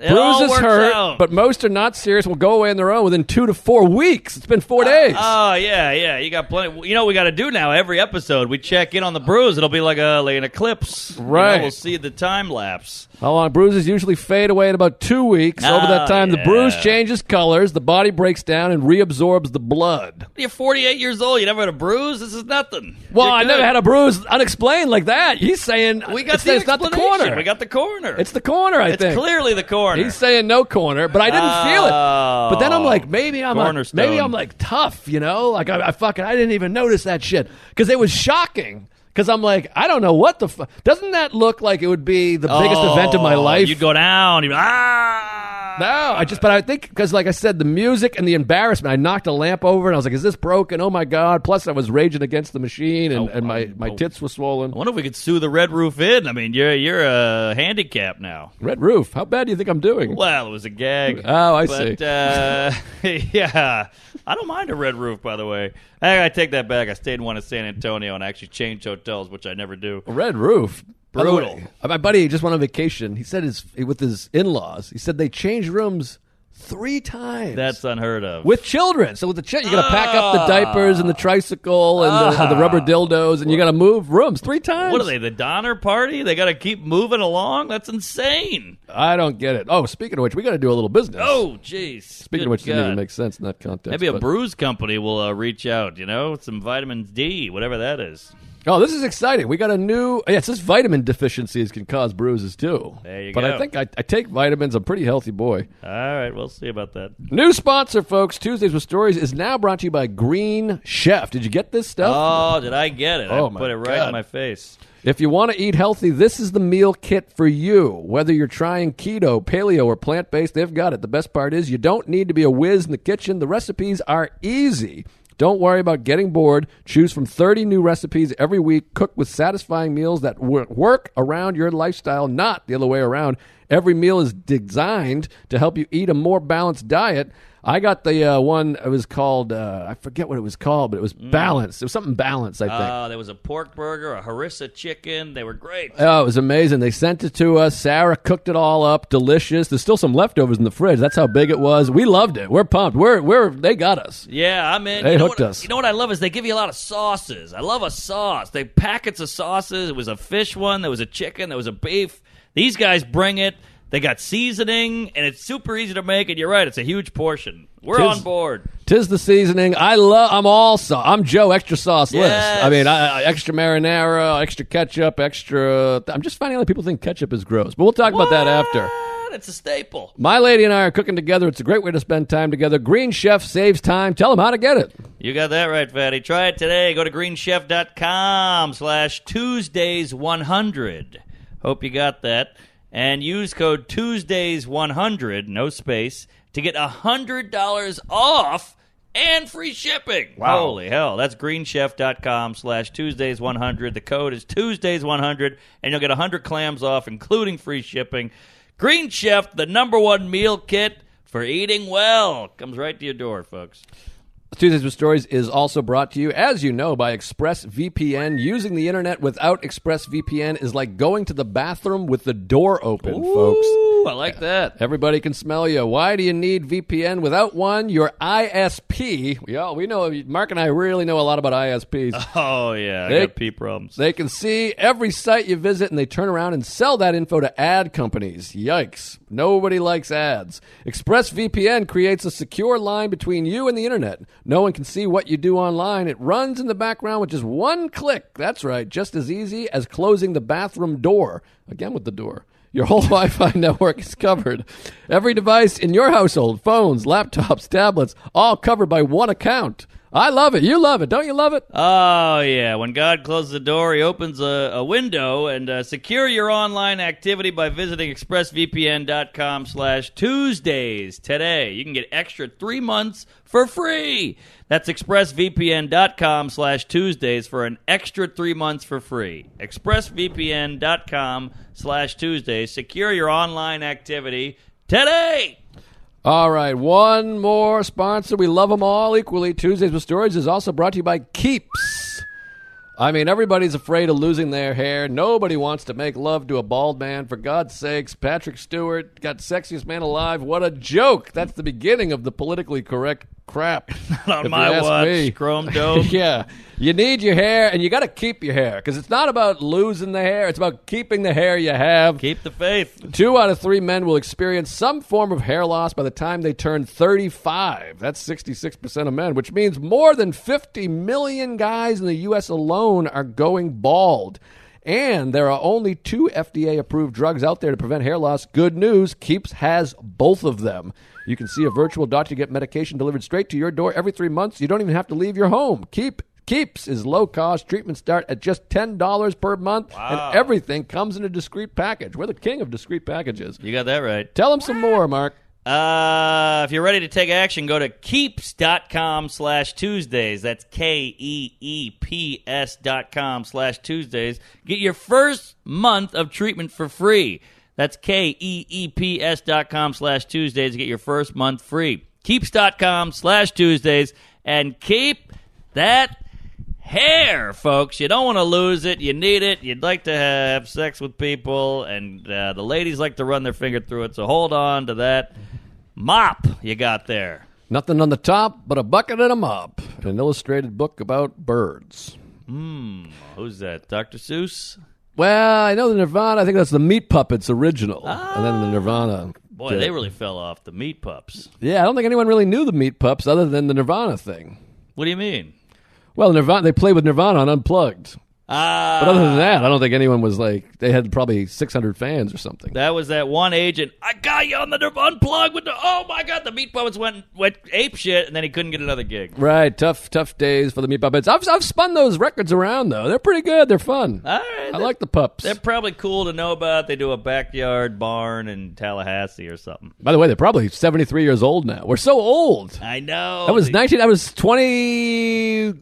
It all
Bruises
works
hurt,
out.
but most are not serious. Will go away on their own within two to four weeks. It's been four days.
Oh yeah, yeah. You got plenty. You know what we got to do now. Every episode, we check in on the bruise. It'll be like a like an eclipse. You know,
Right.
we'll see the time lapse.
How long? Bruises usually fade away in about two weeks. Over
Ah,
that time,
yeah.
the bruise changes colors, the body breaks down, and reabsorbs the blood.
You're 48 years old. You never had a bruise. This is nothing.
Well,
You're
I
good.
never had a bruise unexplained like that. He's saying
We got
it's,
the
it's not the
explanation.
corner.
We got the corner.
it's the corner. I
It's
think
clearly the corner.
he's saying no corner, but I didn't feel it.
Oh.
But then I'm like, maybe I'm
Corner
a, maybe
stone.
I'm like tough, you know? Like I, I fucking I didn't even notice that shit because it was shocking. Because I'm like, I don't know what the fuck. Doesn't that look like it would be the biggest
Oh,
event of my life?
You'd go down. You'd be, ah.
No, I just, but I think because, like I said, the music and the embarrassment. I knocked a lamp over, and I was like, "Is this broken? Oh my god!" Plus, I was raging against the machine, and,
Oh,
and my
oh,
my
oh.
tits were swollen.
I wonder if we could sue the Red Roof Inn. I mean, you're you're a handicap now.
Red roof. How bad do you think I'm doing?
Well, it was a gag.
Oh, I
but,
see.
Uh, yeah, I don't mind a red roof, by the way. I, I take that back. I stayed in one in San Antonio and I actually changed hotels, which I never do.
Red roof. By the
Brutal.
way, my buddy just went on vacation. He said his with his in laws. He said they changed rooms three times.
That's unheard of.
with children. So with the children, you got to pack up
Ah.
the diapers and the tricycle and the, and the rubber dildos, and you got to move rooms three times.
what are they? The Donner Party? They got to keep moving along. That's insane.
I don't get it. Oh, speaking of which, we got to do a little business.
Oh, jeez.
Speaking
Good
of which, doesn't
God.
even make sense in that context.
Maybe a
but-
bruise company will uh, reach out. You know, some vitamin D, whatever that is.
Oh, this is exciting. We got a new. oh, Yes, this vitamin deficiencies can cause bruises too.
There you
but
go.
I think I, I take vitamins. I'm a pretty healthy boy.
All right, we'll see about that.
New sponsor, folks. Tuesdays with Stories is now brought to you by Green Chef. Did you get this stuff?
Oh, did I get it?
Oh,
I
my
put it right in
God.
my face.
if you want to eat healthy, this is the meal kit for you. Whether you're trying keto, paleo, or plant based, they've got it. The best part is you don't need to be a whiz in the kitchen. The recipes are easy. Don't worry about getting bored. Choose from 30 new recipes every week, cooked with satisfying meals that wor- work around your lifestyle, not the other way around. Every meal is designed to help you eat a more balanced diet. I got the uh, one. It was called uh, I forget what it was called, but it was balanced. It was something balanced, I think.
Uh, there was a pork burger, a harissa chicken. They were great.
Oh, it was amazing. They sent it to us. Sarah cooked it all up. Delicious. There's still some leftovers in the fridge. That's how big it was. We loved it. We're pumped. We're we're they got us.
Yeah, I'm in.
They
you know
hooked
what,
us.
You know what I love is they give you a lot of sauces. I love a sauce. They packets of sauces. It was a fish one. There was a chicken. There was a beef. These guys bring it. They got seasoning, and it's super easy to make. And you're right, it's a huge portion. We're
Tis-
on board.
Tis the seasoning. I love. I'm all sauce. I'm Joe extra sauce list. I mean, I, I- extra marinara, extra ketchup, extra. I'm just finding out that people think ketchup is gross, but we'll talk about that after.
What? It's a staple.
My lady and I are cooking together. It's a great way to spend time together. Green Chef saves time. Tell them how to get it.
You got that right, Fatty. Try it today. Go to greenchef.com slash Tuesdays100. Hope you got that. And use code Tuesdays100, no space, to get $100 off and free shipping. Holy hell. That's greenchef.com slash Tuesdays100. The code is Tuesdays100, and you'll get 100 clams off, including free shipping. Green Chef, the number one meal kit for eating well. Comes right to your door, folks.
Tuesdays with Stories is also brought to you, as you know, by ExpressVPN. Using the internet without ExpressVPN is like going to the bathroom with the door open, folks.
Ooh, I like that.
Everybody can smell you. Why do you need VPN? Without one, your ISP. We all we know. Mark and I really know a lot about ISPs.
Oh yeah, I
They-
got pee problems.
They can see every site you visit and they turn around and sell that info to ad companies. Yikes. Nobody likes ads. ExpressVPN creates a secure line between you and the internet. No one can see what you do online. It runs in the background with just one click. That's right, just as easy as closing the bathroom door. Again with the door. Your whole Wi Fi network is covered. Every device in your household phones, laptops, tablets all covered by one account. I love it. You love it. Don't you love it?
oh yeah, when God closes the door, He opens a, a window and uh, secure your online activity by visiting expressvpn.com/slash Tuesdays today. You can get extra three months for free. That's expressvpn.com/slash Tuesdays for an extra three months for free. Expressvpn.com/slash Tuesdays. Secure your online activity today.
All right, one more sponsor. We love them all equally. Tuesdays with Stories is also brought to you by Keeps. I mean, everybody's afraid of losing their hair. Nobody wants to make love to a bald man. For God's sakes, Patrick Stewart got sexiest man alive. What a joke! That's the beginning of the politically correct crap.
On
if you
my
ask
watch,
me.
Chrome Dome.
yeah, you need your hair, and you got to keep your hair because it's not about losing the hair. It's about keeping the hair you have.
Keep the faith.
Two out of three men will experience some form of hair loss by the time they turn 35. That's 66% of men, which means more than 50 million guys in the U.S. alone are going bald. And there are only two FDA approved drugs out there to prevent hair loss. Good news, Keeps has both of them. You can see a virtual doctor get medication delivered straight to your door every three months. You don't even have to leave your home. Keep Keeps is low cost. Treatments start at just $10 per month. And everything comes in a discreet package. We're the king of discreet packages.
You got that right.
Tell them some more, Mark.
Uh, if you're ready to take action, go to keeps.com slash Tuesdays. That's K E E P S dot com slash Tuesdays. Get your first month of treatment for free. That's K E E P S dot com slash Tuesdays. to Get your first month free. Keeps.com slash Tuesdays and keep that hair, folks. You don't want to lose it. You need it. You'd like to have sex with people, and uh, the ladies like to run their finger through it. So hold on to that mop you got there.
Nothing on the top but a bucket and a mop. An illustrated book about birds.
Who's that? Dr. Seuss?
Well, I know the Nirvana. I think that's the Meat Puppets original. and then the Nirvana.
Ah. Boy,
did it.
they really fell off the meat pups.
Yeah, I don't think anyone really knew the Meat Pups other than the Nirvana thing.
What do you mean?
Well, Nirvana, they played with Nirvana on Unplugged.
Ah,
But other than that, I don't think anyone was like, they had probably 600 fans or something.
that was that one agent. I got you on the Nirv- unplug with the. Oh my god, the meat puppets went went ape shit, and then he couldn't get another gig.
Right, tough, tough days for the Meat Puppets. I've, I've spun those records around though; they're pretty good. They're fun.
All right,
I like the pups.
Uh, They're probably cool to know about. They do a backyard barn in Tallahassee or something.
By the way, they're probably seventy-three years old now. We're so old.
I know.
I was
The-
nineteen. I was twenty.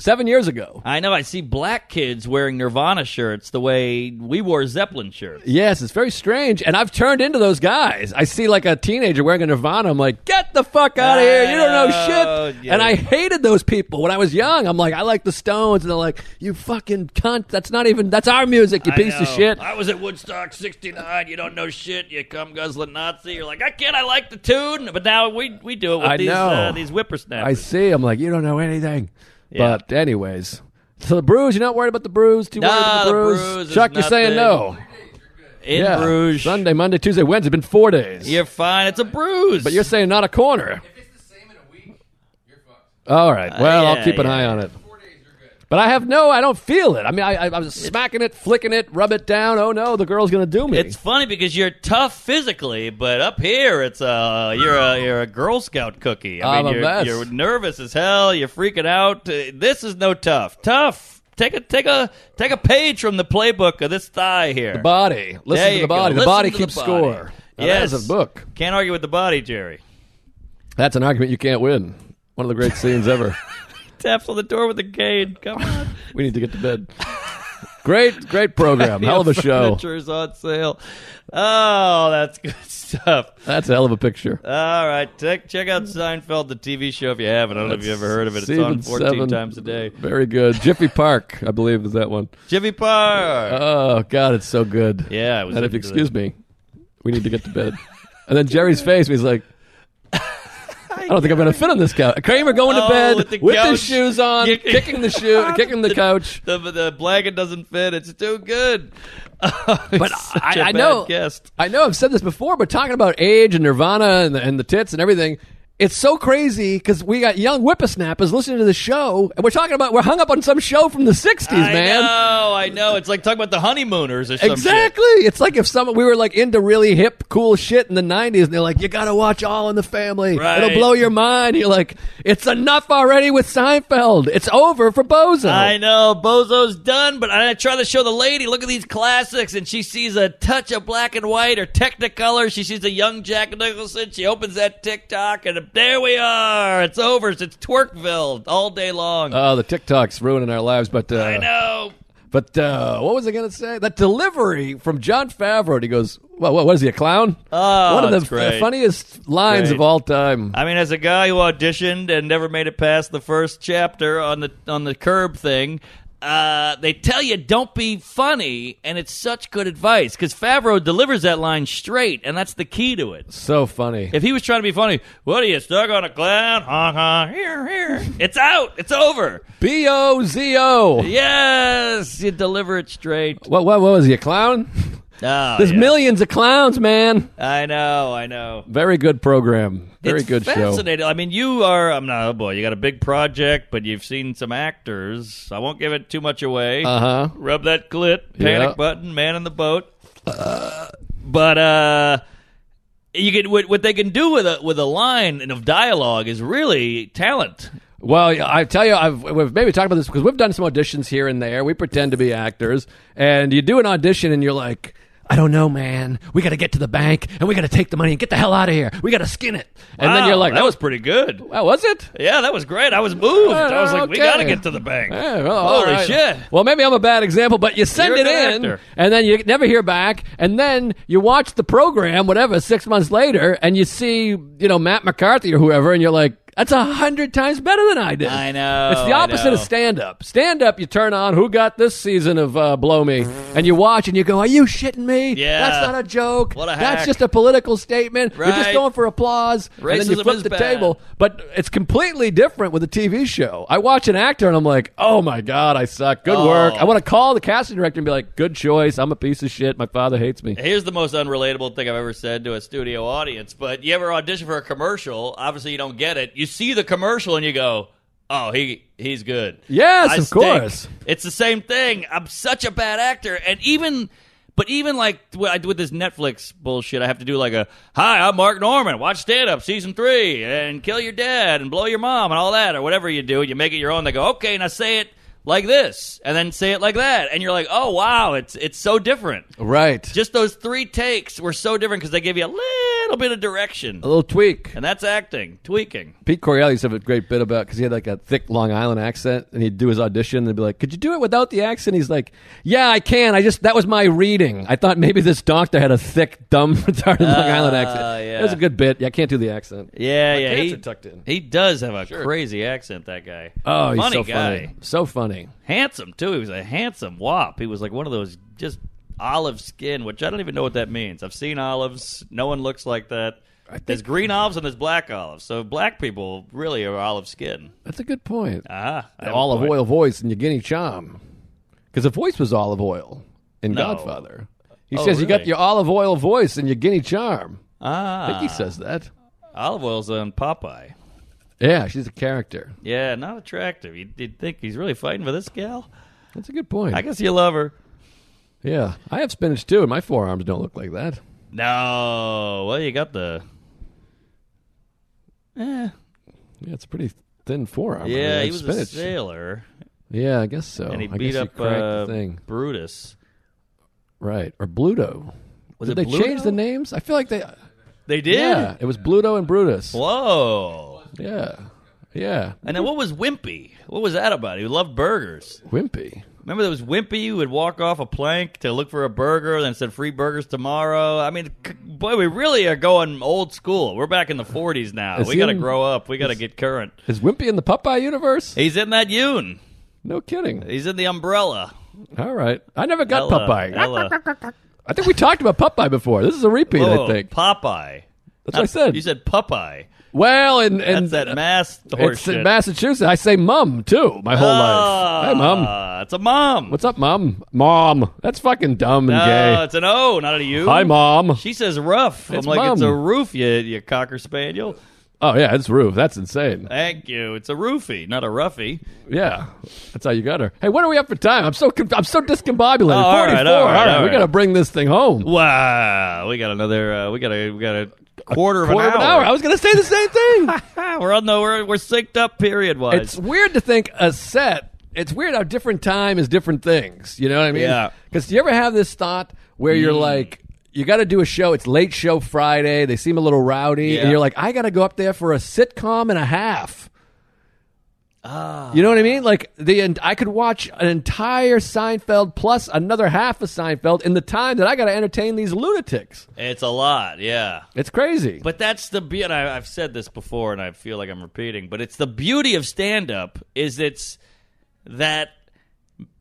seven years ago.
I know. I see black kids wearing Nirvana shirts the way we wore Zeppelin shirts.
Yes, it's very strange. And I've turned into those guys. I see like a teenager wearing a Nirvana. I'm like, get the fuck out of here. You don't know
Oh,
shit.
yeah.
And I hated those people when I was young. I'm like, I like the Stones. And they're like, you fucking cunt. That's not even, that's our music, you
I
piece of
know.
shit.
I was at Woodstock '69. You don't know shit. You come guzzling Nazi. You're like, I can't. I like the tune, but now we we do it with
I
these
know.
uh, these
I
whippersnappers.
see. I'm like, you don't know anything.
Yeah.
But, anyways. So the bruise, you're not worried about the bruise? Too worried
Nah,
about the
the
bruise?
bruise is
Chuck, you're saying no.
nothing. In
yeah.
Bruges,
Sunday, Monday, Tuesday, Wednesday. It's been four days.
you're fine. It's a bruise.
But you're saying not a corner. All right. Well, I'll
Uh, yeah,
keep an
yeah.
eye on it. But I have no, I don't feel it. I mean, I, I, I was smacking it, flicking it, rub it down. Oh no, the girl's gonna do me.
It's funny because you're tough physically, but up here it's a you're a you're a Girl Scout cookie. I
I'm a
mean, you're,
mess.
you're nervous as hell. You're freaking out. Uh, This is no tough. Tough. Take a take a take a page from the playbook of this thigh here.
body. Listen
There
to
you
the
go.
body. The
Listen
body
to
keeps
body.
score. Now, that
yes,
is a book.
Can't argue with the body, Jerry.
That's an argument you can't win. One of the great scenes ever.
Taps on the door with a cane. Come on.
We need to get to bed. Great, great program. Hell of a show.
Furniture's on sale. Oh, that's good stuff.
That's a hell of a picture.
All right, check check out Seinfeld, the TV show, if you haven't. I don't know if you ever heard of it. It's on
Season
14
seven.
times a day.
Very good. Jiffy Park, I believe, is that one.
Jimmy Parr.
Oh God, it's so good.
Yeah, it was
And if you
into
excuse me, we need to get to bed. and then Jerry's face, he's like, I don't think I'm going to fit on this couch. Kramer going to
Oh,
bed
with the
his
couch.
shoes on,
Yeah.
kicking the shoe, kicking the couch.
the the blanket doesn't fit. It's too good.
But
but
I- I know-
guest.
I know I've said this before, but talking about age and Nirvana and the, and the tits and everything. It's so crazy because we got young whippersnappers listening to the show, and we're talking about we're hung up on some show from the '60s, man.
I know, I know. It's like talking about the honeymooners or something.
Exactly. It's like if some we were like into really hip, cool shit in the '90s, and they're like, "You gotta watch All in the Family.
Right.
It'll blow your mind." You're like, "It's enough already with Seinfeld. It's over for Bozo."
I know Bozo's done, but I try to show the lady. Look at these classics, and she sees a touch of black and white or Technicolor. She sees a young Jack Nicholson. She opens that TikTok, and there we are. It's over. It's Twerkville all day long.
Oh, the TikTok's ruining our lives, but uh,
I know.
but uh, what was I gonna say? That delivery from John Favreau. and He goes, "Well, what, what is he a clown?"
Oh,
One of
it's
the
great.
funniest lines
Great.
of all time.
I mean, as a guy who auditioned and never made it past the first chapter on the on the curb thing, uh, they tell you don't be funny, and it's such good advice because Favreau delivers that line straight, and that's the key to it.
So funny.
If he was trying to be funny, what are you stuck on a cloud? Ha ha! Here, here! It's out. It's over.
B O Z O.
Yes, you deliver it straight.
What, what what was he a clown?
Oh,
There's
yeah.
millions of clowns, man.
I know. I know.
Very good program. Very
It's
good show.
Fascinating. I mean, you are. I'm not. Oh boy, you got a big project, but you've seen some actors. I won't give it too much away.
Uh huh.
Rub that clit.
Yeah.
Panic button. Man in the boat. but uh, you can what, what they can do with a with a line and of dialogue is really talent.
Well, yeah, I tell you, I've we've maybe talked about this because we've done some auditions here and there. We pretend to be actors, and you do an audition, and you're like. I don't know, man. We got to get to the bank and we got to take the money and get the hell out of here. We got to skin it. And then
Wow,
you're like,
that was pretty good.
"That Oh, was it?
Yeah, that was great. I was moved. I was like, we
Okay.
got to get to the bank.
Yeah, well, all
Holy
right.
shit.
Well, maybe I'm a bad example, but you send
You're
it
a good
in,
actor.
and then you never hear back, and then you watch the program, whatever, six months later, and you see, you know, Matt McCarthy or whoever, and you're like, that's a hundred times better than I did.
I know,
It's the
Oh, I
opposite of
know.
stand up. Stand up, you turn on Who Got This Season of uh, Blow Me, and you watch and you go, Are you shitting me?
Yeah.
That's not a joke.
What a
That's
hack."
just a political statement. We're just
Right.
going for applause. and then you
Racism
flip
is
the
bad.
table. But it's completely different with a TV show. I watch an actor and I'm like, oh my God, I suck. Good
Oh.
work. I want to call the casting director and be like, good choice. I'm a piece of shit. My father hates me.
Here's the most unrelatable thing I've ever said to a studio audience, but you ever audition for a commercial, obviously you don't get it. You see the commercial and you go, "Oh, he he's good."
Yes,
I
of
stink.
course.
It's the same thing. I'm such a bad actor and even but even like what I do with this Netflix bullshit, I have to do like a "Hi, I'm Mark Norman. Watch Stand Up season 3 and kill your dad and blow your mom and all that or whatever you do. You make it your own. They go, "Okay, now say it like this." And then say it like that. And you're like, "Oh, wow, it's it's so different."
Right.
just those three takes were so different because they gave you a little bit of direction.
A little tweak.
And that's acting, tweaking.
Pete Corelli used to have a great bit about because he had like a thick Long Island accent, and he'd do his audition and they'd be like, "Could you do it without the accent?" He's like, "Yeah, I can. I just that was my reading. I thought maybe this doctor had a thick, dumb, retarded Long Island accent.
Ah, yeah.
That's a good bit. Yeah, I can't do the accent.
Yeah,
My
yeah.
pants
He,
are tucked in.
he does have a crazy accent, that guy.
Oh, he's
funny
so
guy.
funny. So funny.
Handsome, too. He was a handsome wop. He was like one of those just olive skin, which I don't even know what that means. I've seen olives. No one looks like that. There's green olives and there's black olives. So black people really are olive skin.
That's a good point.
Ah,
The
I have a
olive
point.
oil voice in Yevgeny Chom, because the voice was olive oil in Godfather. He says you got
Oh, really?
your olive oil voice in your guinea charm. I
Ah,
think he says that.
olive oil's on Popeye.
Yeah, she's a character.
Yeah, not attractive. You'd, you'd think he's really fighting for this gal.
That's a good point.
I guess you love her.
Yeah, I have spinach too, and my forearms don't look like that.
No, well, you got the.
Yeah, it's a pretty thin forearm. eh. I mean,
Yeah, he was
that's
a
spinach.
sailor,
Yeah, I guess so.
and he
I
beat
guess
up
you cracked
uh,
the thing,
Brutus.
right? Or Bluto?
Was
Did
it
they change
Bluto?
the names? I feel like they.
They did.
Yeah, it was Bluto and Brutus.
Whoa!
Yeah, yeah.
And then what was Wimpy? What was that about? He loved burgers.
Wimpy.
Remember there was Wimpy who would walk off a plank to look for a burger, then said free burgers tomorrow. I mean, c- boy, we really are going old school. We're back in the '40s now.
Is
we
he
got to
in-
grow up. We got to get current.
Is Wimpy in the Popeye universe?
He's in that Yoon.
No kidding.
He's in the umbrella.
All right, I never got
Ella-
Popeye.
Ella.
I think we talked about Popeye before. This is a repeat. I
Whoa,
think
Oh, Popeye.
that's what I said.
You said Popeye.
well, and
That's
and uh,
that mass horse
it's
shit.
in Massachusetts. I say mum too my whole life. Hey, mum.
Ah, It's a mom.
What's up, mom? Mom, that's fucking dumb and
no,
gay.
it's an O, not a U.
Hi, mom.
She says rough.
It's
I'm like, it's a
mum.
roof, you, you cocker spaniel.
Oh yeah, it's roof. That's insane.
Thank you. It's a roofie, not a roughy.
Yeah, that's how you got her. Hey, when are we up for time? I'm so conf- I'm so discombobulated.
Oh, all right,
Forty-four.
all right, all
we
right.
gotta bring this thing home.
Wow. We got another, uh, we got a, we got a quarter, of,
Quarter
an
of an hour. I was gonna say the same thing.
Ah, we're on the, we're, we're synced up period
it's
wise.
weird to think a set. It's weird how different time is different things. You know what I mean?
Yeah. Mm.
Because do you ever have this thought where you're like, you got to do a show. It's late show Friday. They seem a little rowdy,
Yeah.
and you're like, I got to go up there for a sitcom and a half. Ah. You know what I mean? Like the and I could watch an entire Seinfeld plus another half of Seinfeld in the time that I got to entertain these lunatics.
It's a lot, yeah.
It's crazy.
But that's the beauty. I, I've said this before, and I feel like I'm repeating. But it's the beauty of stand-up is it's that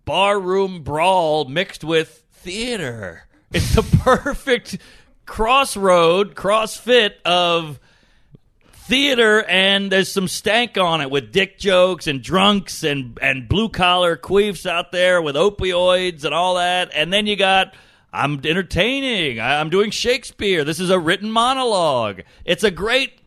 barroom brawl mixed with theater. It's the perfect crossroad, crossfit of theater, and there's some stank on it with dick jokes and drunks and and blue collar queefs out there with opioids and all that, and then you got. I'm entertaining. I- I'm doing Shakespeare. This is a written monologue. It's a great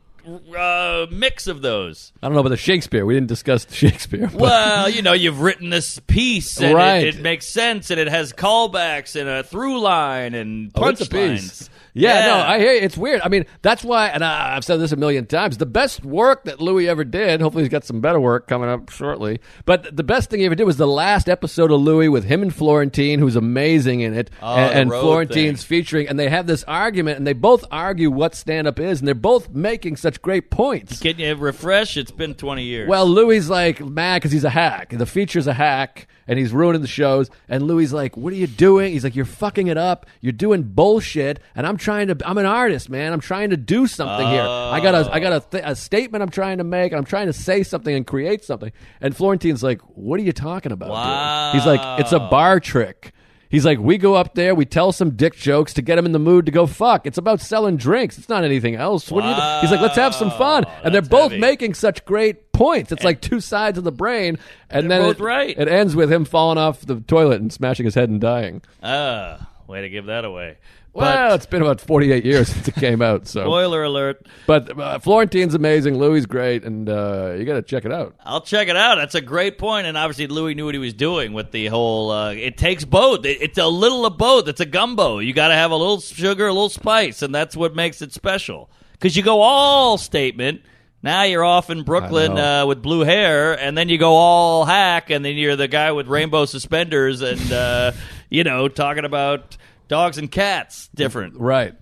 uh, mix of those.
I don't know about the Shakespeare. We didn't discuss Shakespeare. but-
Well, you know, you've written this piece, and it-
Right.
it, makes sense, and it has callbacks and a through line and
Oh, it's a
punchlines.
piece. Yeah, no, I hear you. It's weird. I mean, that's why, and I, I've said this a million times. The best work that Louis ever did. Hopefully, he's got some better work coming up shortly. But the best thing he ever did was the last episode of Louis with him and Florentine, who's amazing in it,
Oh,
and,
the
and
road
Florentine's featuring, and they have this argument, and they both argue what stand up is, and they're both making such great points.
Can you refresh? It's been 20 years.
Well, Louis like mad because he's a hack. The feature's a hack, and he's ruining the shows. And Louis like, "What are you doing?" He's like, "You're fucking it up. You're doing bullshit." And I'm trying to. I'm an artist, man. I'm trying to do something here. I got a. I
Oh.
got a, th- a statement I'm trying to make. and I'm trying to say something and create something. And Florentine's like, "What are you talking about?" dude?"
Wow.
He's like, "It's a bar trick." He's like, we go up there, we tell some dick jokes to get him in the mood to go fuck. It's about selling drinks. It's not anything else. What do you do? He's like, let's have some fun. And they're
That's
both
heavy.
making making such great points. It's like two sides of the brain, and then
both
it,
right.
it ends with him falling off the toilet and smashing his head and dying.
uh, way to give that away.
well,
But
it's been about forty-eight years since it came out. So,
spoiler alert.
but uh, Florentine's amazing. Louis great, and uh, you got to check it out.
I'll check it out. That's a great point, and obviously Louis knew what he was doing with the whole. Uh, it takes both. It, it's a little of both. It's a gumbo. You got to have a little sugar, a little spice, and that's what makes it special. Because you go all statement. Now you're off in Brooklyn
know.
uh, with blue hair, and then you go all hack, and then you're the guy with rainbow suspenders, and uh, you know talking about dogs and cats. Different.
Right.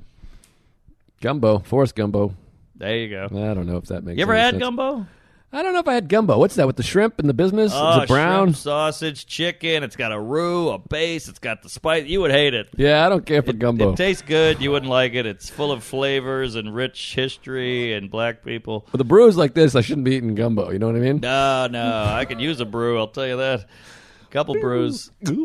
Gumbo, forest gumbo.
There you go.
I don't know if that makes.
You ever
any
had
sense.
gumbo?
I don't know if I had gumbo. What's that with the shrimp and the business?
Oh,
Is it brown?
shrimp, sausage, chicken. It's got a roux, a base. It's got the spice. You would hate it.
Yeah, I don't care for gumbo.
It tastes good. You wouldn't like it. It's full of flavors and rich history and black people.
With a brews like this, I shouldn't be eating gumbo. You know what I mean?
No, no. I could use a brew. I'll tell you that. Couple brews.
Did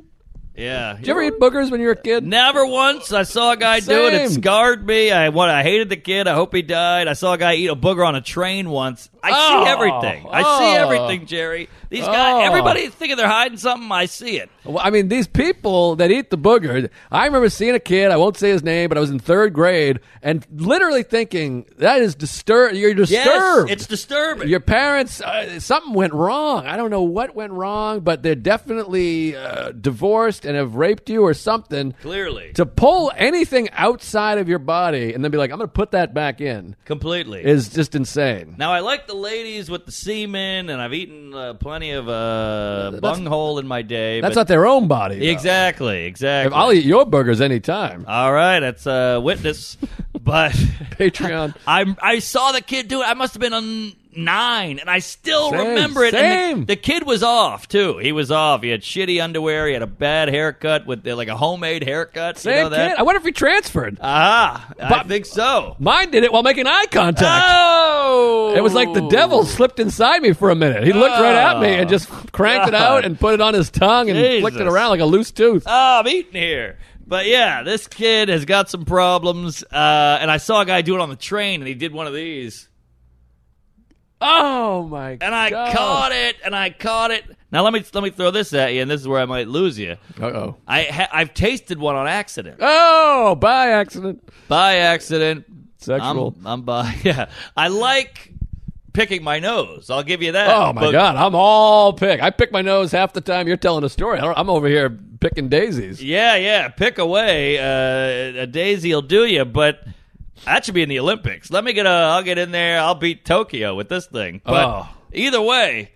Yeah.
you ever eat boogers when you were a kid?
Never once I saw a guy do it. It
Same.
scarred me. I what I hated the kid. I hope he died. I saw a guy eat a booger on a train once. I
Oh,
see everything. I see
oh.
everything, Jerry. These guys,
Oh.
everybody's thinking they're hiding something. I see it.
Well, I mean, these people that eat the booger. I remember seeing a kid. I won't say his name, but I was in third grade and literally thinking that is disturb. You're
Yes,
disturbed.
it's disturbing.
your parents, uh, something went wrong. I don't know what went wrong, but they're definitely uh, divorced and have raped you or something.
Clearly,
To pull anything outside of your body and then be like, I'm going to put that back in
completely.
is just insane.
Now I like the ladies with the semen, and I've eaten uh, plenty of uh, bunghole in my day.
That's
but
not their own body. though.
exactly exactly. Uh,
If I'll eat your burgers anytime.
All right, that's a witness, but
Patreon.
I I saw the kid do it. I must have been on nine, and I still
Same,
remember it. And
same.
the, the kid was off too. He was off. He had shitty underwear. He had a bad haircut with uh, like a homemade haircut.
Same
you know that?
kid. I wonder if he transferred.
Ah, I
But-
think so.
Mine did it while making eye contact.
Oh,
It was like the devil slipped inside me for a minute. He looked right at me and just cranked it out and put it on his tongue and flicked it
Jesus.
around like a loose tooth.
Oh, I'm eating here. But yeah, this kid has got some problems. Uh, and I saw a guy do it on the train, and he did one of these.
Oh my god.
And I caught it, and I caught it. Now let me let me throw this at you, and this is where I might lose you.
Uh oh.
I ha- I've tasted one on accident
Oh, by accident.
by accident.
Sexual.
I'm, I'm by yeah. I like picking my nose. I'll give you that.
Oh my
But
god, I'm all pick. I pick my nose half the time you're telling a story. I don't, I'm over here picking daisies.
Yeah, yeah. Pick away. Uh, a daisy will do you, but that should be in the Olympics. Let me get a. I'll get in there. I'll beat Tokyo with this thing. But
Oh.
either way,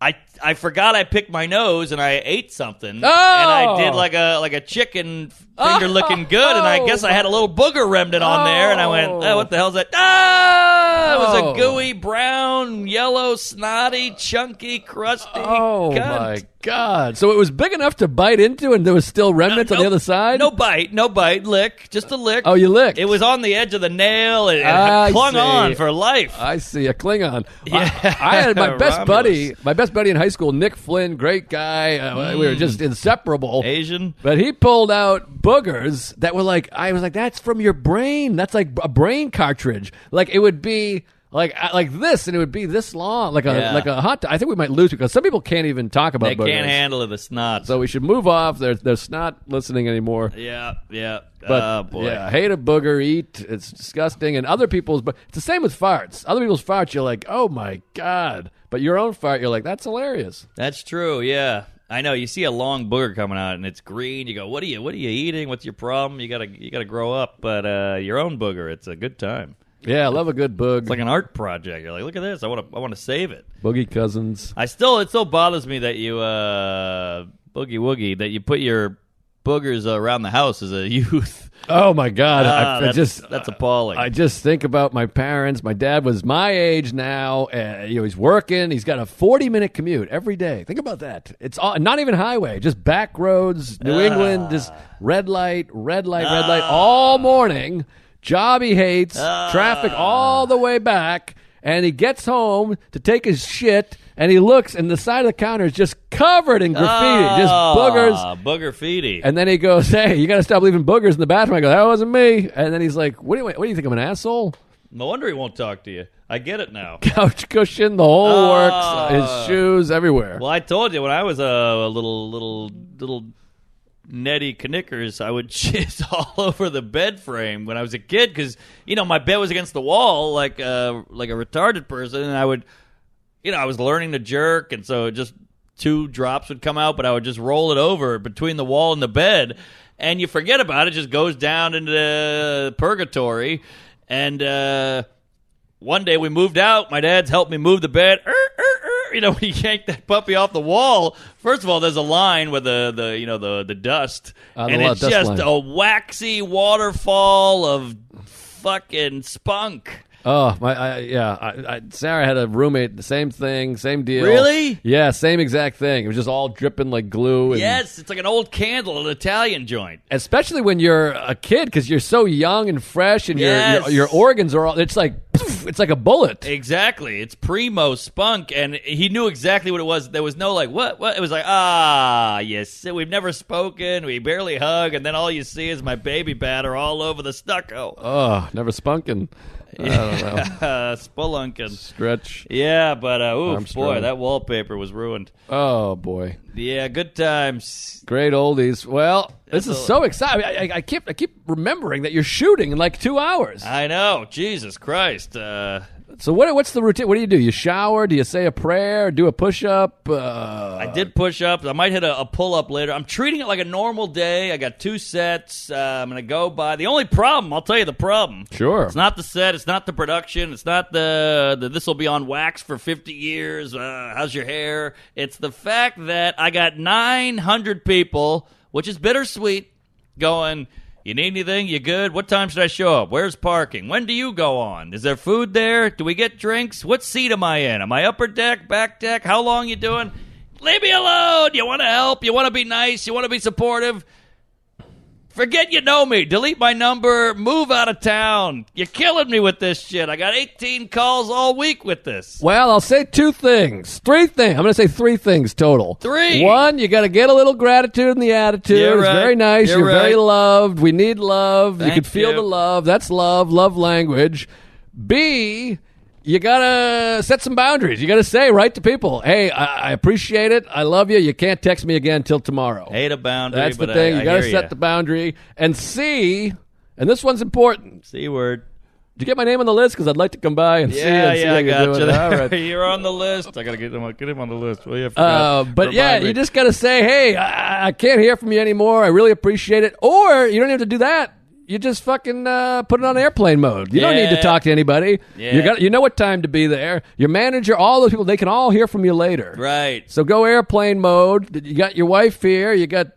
I I forgot I picked my nose and I ate something. And I
Oh.
did like a like a chicken finger looking good, and I guess I had a little booger remnant on there, and I went,
Oh.
oh, "What the hell's that?" Ah! It was
Oh.
a gooey brown, yellow, snotty, chunky, crusty.
Oh
cunt.
my god. So it was big enough to bite into and there was still remnants on
no-
the other side?
No bite, no bite, lick, just a lick.
Oh, you licked.
It was on the edge of the nail and it
I
clung
see.
on for life.
I see a Klingon.
Yeah.
I, I had my best
Romulus. Mm.
buddy, my best buddy in high school, Nick Flynn, great guy. Uh, We were just inseparable.
Asian.
But he pulled out boogers that were like, I was like, that's from your brain. That's like a brain cartridge. Like it would be like uh, like this, and it would be this long, like a
Yeah.
like a hot. dog. I think we might lose because some people can't even talk about
They
boogers.
can't handle it, the snot.
so we should move off. They're they're not listening anymore.
yeah, yeah.
But
oh boy.
yeah, hate a booger, eat. It's disgusting. And other people's, but it's the same with farts. Other people's farts, you're like, oh my god. But your own fart, you're like, that's hilarious.
That's true, yeah. I know you see a long booger coming out and it's green. You go, "What are you? What are you eating? What's your problem? You gotta, you gotta grow up." But uh, your own booger, it's a good time.
Yeah, I love a good boog.
It's like an art project. You're like, "Look at this! I want to, I want to save it."
Boogie cousins.
I still it still bothers me that you uh boogie woogie that you put your boogers around the house as a youth.
Oh my god,
Ah,
I, I
that's,
just
that's appalling.
uh, I just think about my parents. My dad was my age now. Uh, you know, he's working. He's got a forty-minute commute every day. Think about that. It's all, not even highway, just back roads, New England, just red light, red light, red light all morning. Job he hates, traffic all the way back, and he gets home to take his shit. And he looks, and the side of the counter is just covered in graffiti, just
Ah,
boogers
booger feety.
and then he goes, "Hey, you got to stop leaving boogers in the bathroom." I go, "That wasn't me." And then he's like, "What do you, what do you think? I'm an asshole?"
no wonder he won't talk to you. I get it now.
Couch cushion, the whole
Ah.
works, his shoes everywhere.
well, I told you when I was a, a little little little netty knickers, I would shit all over the bed frame when I was a kid because you know my bed was against the wall like uh like a retarded person, and I would you know, I was learning to jerk, and so just two drops would come out, but I would just roll it over between the wall and the bed, and you forget about it. it just goes down into the purgatory, and uh, one day we moved out. My dad's helped me move the bed. Er, er, er, you know, when he yanked that puppy off the wall, first of all, there's a line with the, the you know the the dust,
Uh, the
and
lo-
it's
dust
just
line.
a waxy waterfall of fucking spunk.
Oh my! I, yeah, I, I, Sarah had a roommate. The same thing, same deal.
Really?
Yeah, same exact thing. It was just all dripping like glue. And
Yes, it's like an old candle, an Italian joint.
Especially when you're a kid, because you're so young and fresh, and your-
Yes.
your your organs are all. It's like poof, it's like a bullet.
Exactly. It's primo spunk, and he knew exactly what it was. There was no like, what, what? It was like, ah, yes. We've never spoken. We barely hug, and then all you see is my baby batter all over the stucco,
Oh, never spunking.
uh, spelunking.
Stretch.
Yeah, but uh, ooh, boy,
struggling.
that wallpaper was ruined.
Oh boy.
Yeah, good times.
Great oldies. Well, this is so exciting. I, I, I keep I keep remembering that you're shooting in like two hours.
I know. Jesus Christ. Uh,
so what? What's the routine? What do you do? You shower? Do you say a prayer? Do a push up? Uh,
I did push ups. I might hit a, a pull up later. I'm treating it like a normal day. I got two sets. Uh, I'm going to go by. The only problem, I'll tell you the problem.
sure.
It's not the set. It's not the production. It's not the, the this will be on wax for 50 years. Uh, how's your hair? It's the fact that I got 900 people, which is bittersweet, going, You need anything? You good? What time should I show up? Where's parking? When do you go on? Is there food there? Do we get drinks? What seat am I in? Am I upper deck, back deck? How long you doing? Leave me alone. You want to help. You want to be nice. You want to be supportive. Forget you know me. Delete my number. Move out of town. You're killing me with this shit. I got 18 calls all week with this.
Well, I'll say two things. Three things. I'm going to say three things total.
Three.
One, you got to get a little gratitude in the attitude.
You're
it's
right.
very nice.
You're
You're, very
right.
loved. We need love. you
Thank
can feel
you.
the love. That's love. Love language. B, you got to set some boundaries. You got to say right to people, hey, I, I appreciate it. I love you. You can't text me again till tomorrow.
Hate a boundary.
That's the
but
thing.
I,
you
I
got to
hear
set
ya.
the boundary. And C, and this one's important.
C word.
Did you get my name on the list? Because I'd like to come by and see you
Yeah,
and see
yeah,
how
I
you're
got
doing.
you.
All right.
You're on the list. I gotta get him. Get him on the list. Well, yeah,
Uh, but yeah, you just got to say, hey, I, I- I can't hear from you anymore. I really appreciate it. Or you don't have to do that. You just fucking uh, put it on airplane mode. You don't need to
Yeah.
talk to anybody. You
Yeah.
got you know what time to be there. Your manager, all those people, they can all hear from you later.
right.
So go airplane mode. You got your wife here. You got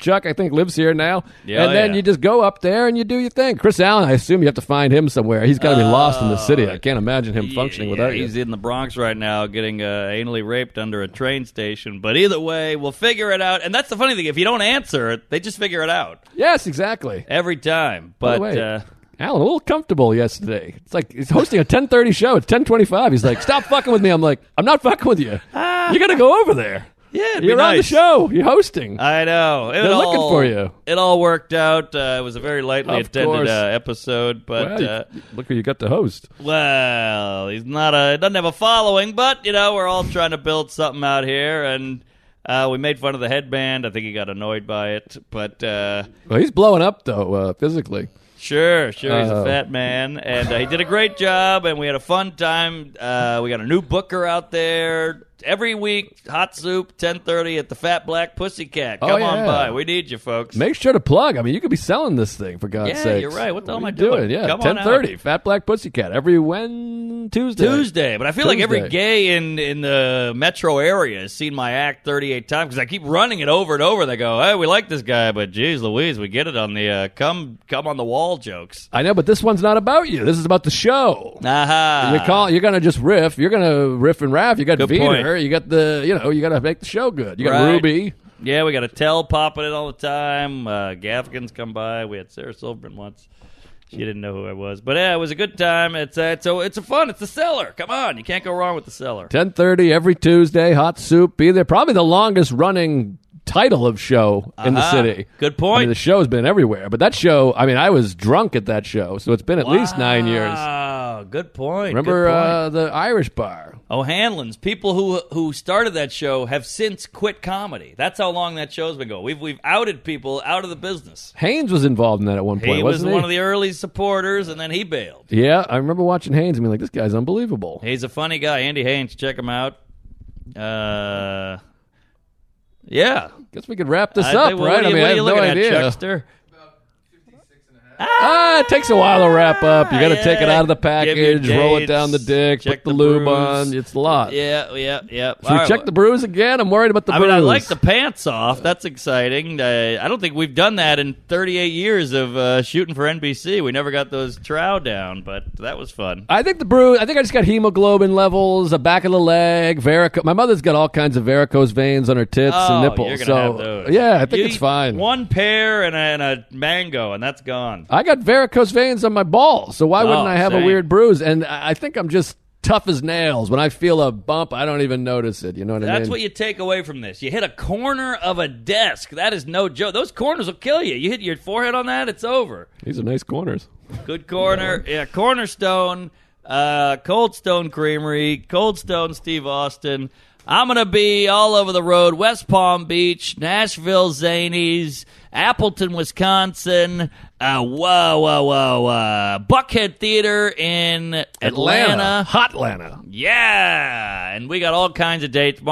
Chuck, I think, lives here now.
Yeah,
and
oh,
then
yeah.
you just go up there and you do your thing. Chris Allen, I assume you have to find him somewhere. He's got to be lost in the city. I can't imagine him functioning
Oh, Yeah,
without you.
He's in the Bronx right now, getting uh, anally raped under a train station. But either way, we'll figure it out. And that's the funny thing. If you don't answer, it, they just figure it out
Yes, exactly.
every time.
By
But
the way,
uh,
Alan, a little comfortable yesterday. It's like he's hosting a 10:30 show. It's 10:25. He's like, "Stop fucking with me." I'm like, "I'm not fucking with you. You got to go over there.
yeah, Ah. it'd be
You're on the
nice. Uh,
show. You're hosting."
I know. It
They're looking
all-
for you.
It all worked out. Uh, it was a very lightly
Of course.
attended uh, episode, but
Well,
uh,
you- look who you got to host.
well, he's not a doesn't have a following, but you know we're all trying to build something out here, and uh, we made fun of the headband. I think he got annoyed by it, but uh,
Well, he's blowing up though uh, physically.
sure, sure, he's
Oh.
a fat man, and uh, he did a great job, and we had a fun time. Uh, we got a new booker out there. Every week, hot soup, ten thirty at the Fat Black Pussycat.
Oh,
Come on
yeah.
by, we need you, folks.
Make sure to plug. I mean, you could be selling this thing for God's
Yeah,
sake.
you're right. What the hell am I doing?
Yeah,
Come on
10:30. Fat Black Pussycat every Wednesday, Tuesday.
Tuesday, but I feel like every
Tuesday.
gay in in the metro area has seen my act 38 times because I keep running it over and over. They go, "Hey, we like this guy, but geez, Louise, we get it on the uh, come come on the wall jokes."
I know, but this one's not about you. This is about the show.
Aha!
You're call. You're gonna just riff. You're gonna riff and raff. You got
Ah. Good
Veter.
point.
You got the. You know. You gotta make the show good. You got
Right.
Ruby.
Yeah, we got a tell popping it all the time. Uh, Gaffigan's come by. We had Sarah Silverman once. She didn't know who I was, but yeah, it was a good time. It's uh, it's a it's a fun. It's the cellar. Come on, you can't go wrong with the cellar.
Ten thirty every Tuesday. Hot soup. Be there. Probably the longest running title of show in the
Ah,
city.
Good
I
point.
mean, the show's been everywhere, but that show. I mean, I was drunk at that show, so it's been at least nine years.
Wow, good point. good
Remember
point.
uh, the Irish bar?
O'Hanlon's people who who started that show have since quit comedy. That's how long that show's been going. We've we've outed people out of the business.
Haynes was involved in that at one point,
He was
wasn't he?
one of the early supporters, and then he bailed.
yeah, I remember watching Haynes and being like, "This guy's unbelievable."
He's a funny guy, Andy Haynes. Check him out. Uh, yeah,
Guess we could wrap this
I
up,
think-
right?
Uh, What are you,
I mean, I
what are
have
you
no
looking
idea.
at, Chuckster?
Ah, it takes a while to wrap up. You got to take it
yeah.
out of the
Give your
package, roll it
dates,
down the dick,
check
put the,
the
lube
bruise.
on. It's a lot.
Yeah, yeah, yeah.
Should we check the bruise again? I'm worried about the
I
bruise.
mean, I like the pants off. That's exciting. I, I don't think we've done that in 38 years of uh, shooting for NBC. We never got those trow down, but that was fun.
I think the bruise. I think I just got hemoglobin levels, a back of the leg, varicose. My mother's got all kinds of varicose veins on her tits
Oh,
and nipples.
you're gonna
so
have those.
yeah, I think
You
it's
eat
fine.
One pear and a, and a mango, and that's gone.
I got varicose veins on my ball, so why wouldn't
Oh,
I have a
same.
weird bruise? And I I think I'm just tough as nails. When I feel a bump, I don't even notice it. You know what I mean?
That's what you take away from this. You hit a corner of a desk. That is no joke. Those corners will kill you. You hit your forehead on that, it's over.
These are nice corners.
Good corner. Yeah, Cornerstone, uh, Cold Stone Creamery, Cold Stone Steve Austin. I'm going to be all over the road West Palm Beach, Nashville Zanies, Appleton, Wisconsin, uh, whoa, whoa, whoa, whoa. Buckhead Theater in Atlanta.
hot Atlanta.
Yeah. And we got all kinds of dates.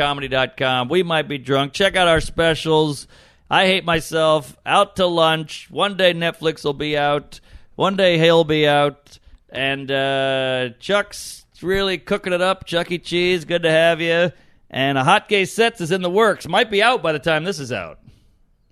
MarkNormanComedy.com. We might be drunk. Check out our specials. I hate myself. Out to lunch. One day Netflix will be out. One day he'll be out. And uh, Chuck's really cooking it up. Chuck E. Cheese, good to have you. And a hot gay sets is in the works. Might be out by the time this is out.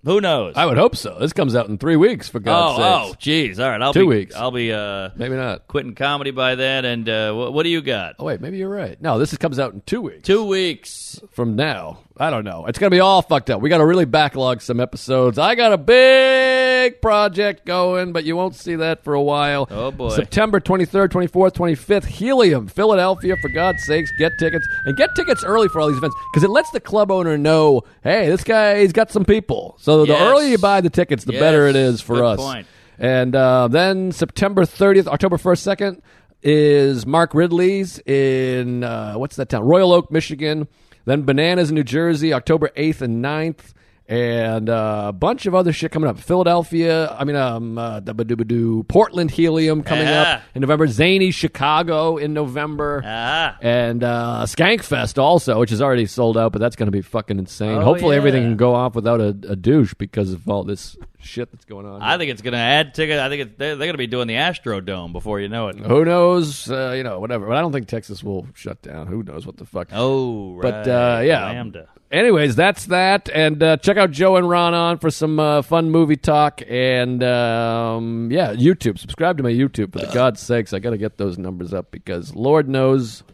Who knows?
I would hope so. This comes out in three weeks, for God's
oh, oh,
sakes.
geez. All right, I'll
Two
be,
weeks.
I'll be uh,
Maybe not.
quitting comedy by then. And uh, wh- what do you got?
Oh, wait, maybe you're right. No, this is, comes out in two weeks
Two weeks.
from now. I don't know. It's going to be all fucked up. We got to really backlog some episodes. I got a big project going, but you won't see that for a while.
Oh, boy.
September 23rd, 24th, 25th, Helium, Philadelphia. For God's sakes, get tickets. And get tickets early for all these events because it lets the club owner know, hey, this guy, he's got some people. So the
Yes.
earlier you buy the tickets, the better it
Yes.
is for
Good
us.
point.
And uh, then September 30th, October 1st, 2nd is Mark Ridley's in, uh, what's that town? Royal Oak, Michigan. Then Bananas in New Jersey, October 8th and 9th. And uh, a bunch of other shit coming up. Philadelphia, I mean, um, uh, doo Portland Helium coming
Ah.
up in November. Zany Chicago in November.
Ah.
And uh, Skankfest also, which is already sold out, but that's going to be fucking insane.
Oh,
Hopefully
yeah.
everything can go off without a, a douche because of all this shit that's going on.
I think it's going to add ticket. I think it's, they're, they're going to be doing the Astrodome before you know it.
Who knows? Uh, you know, whatever. But I don't think Texas will shut down. Who knows what the fuck?
Oh,
But,
right.
uh, yeah.
Lambda.
Anyways, that's that. And uh, check out Joe and Ron on for some uh, fun movie talk. And um, yeah, YouTube. Subscribe to my YouTube for the God's sakes. I got to get those numbers up because Lord knows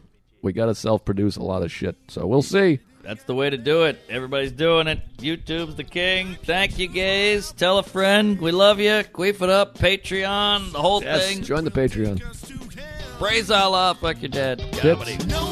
we got to self produce a lot of shit. So we'll see.
That's the way to do it. Everybody's doing it. YouTube's the king. Thank you, gays. Tell a friend. We love you. Queef it up. Patreon. The whole thing.
Join the Patreon.
Just to hell.
Praise Allah. Fuck your dad.
Tits.
Comedy.
No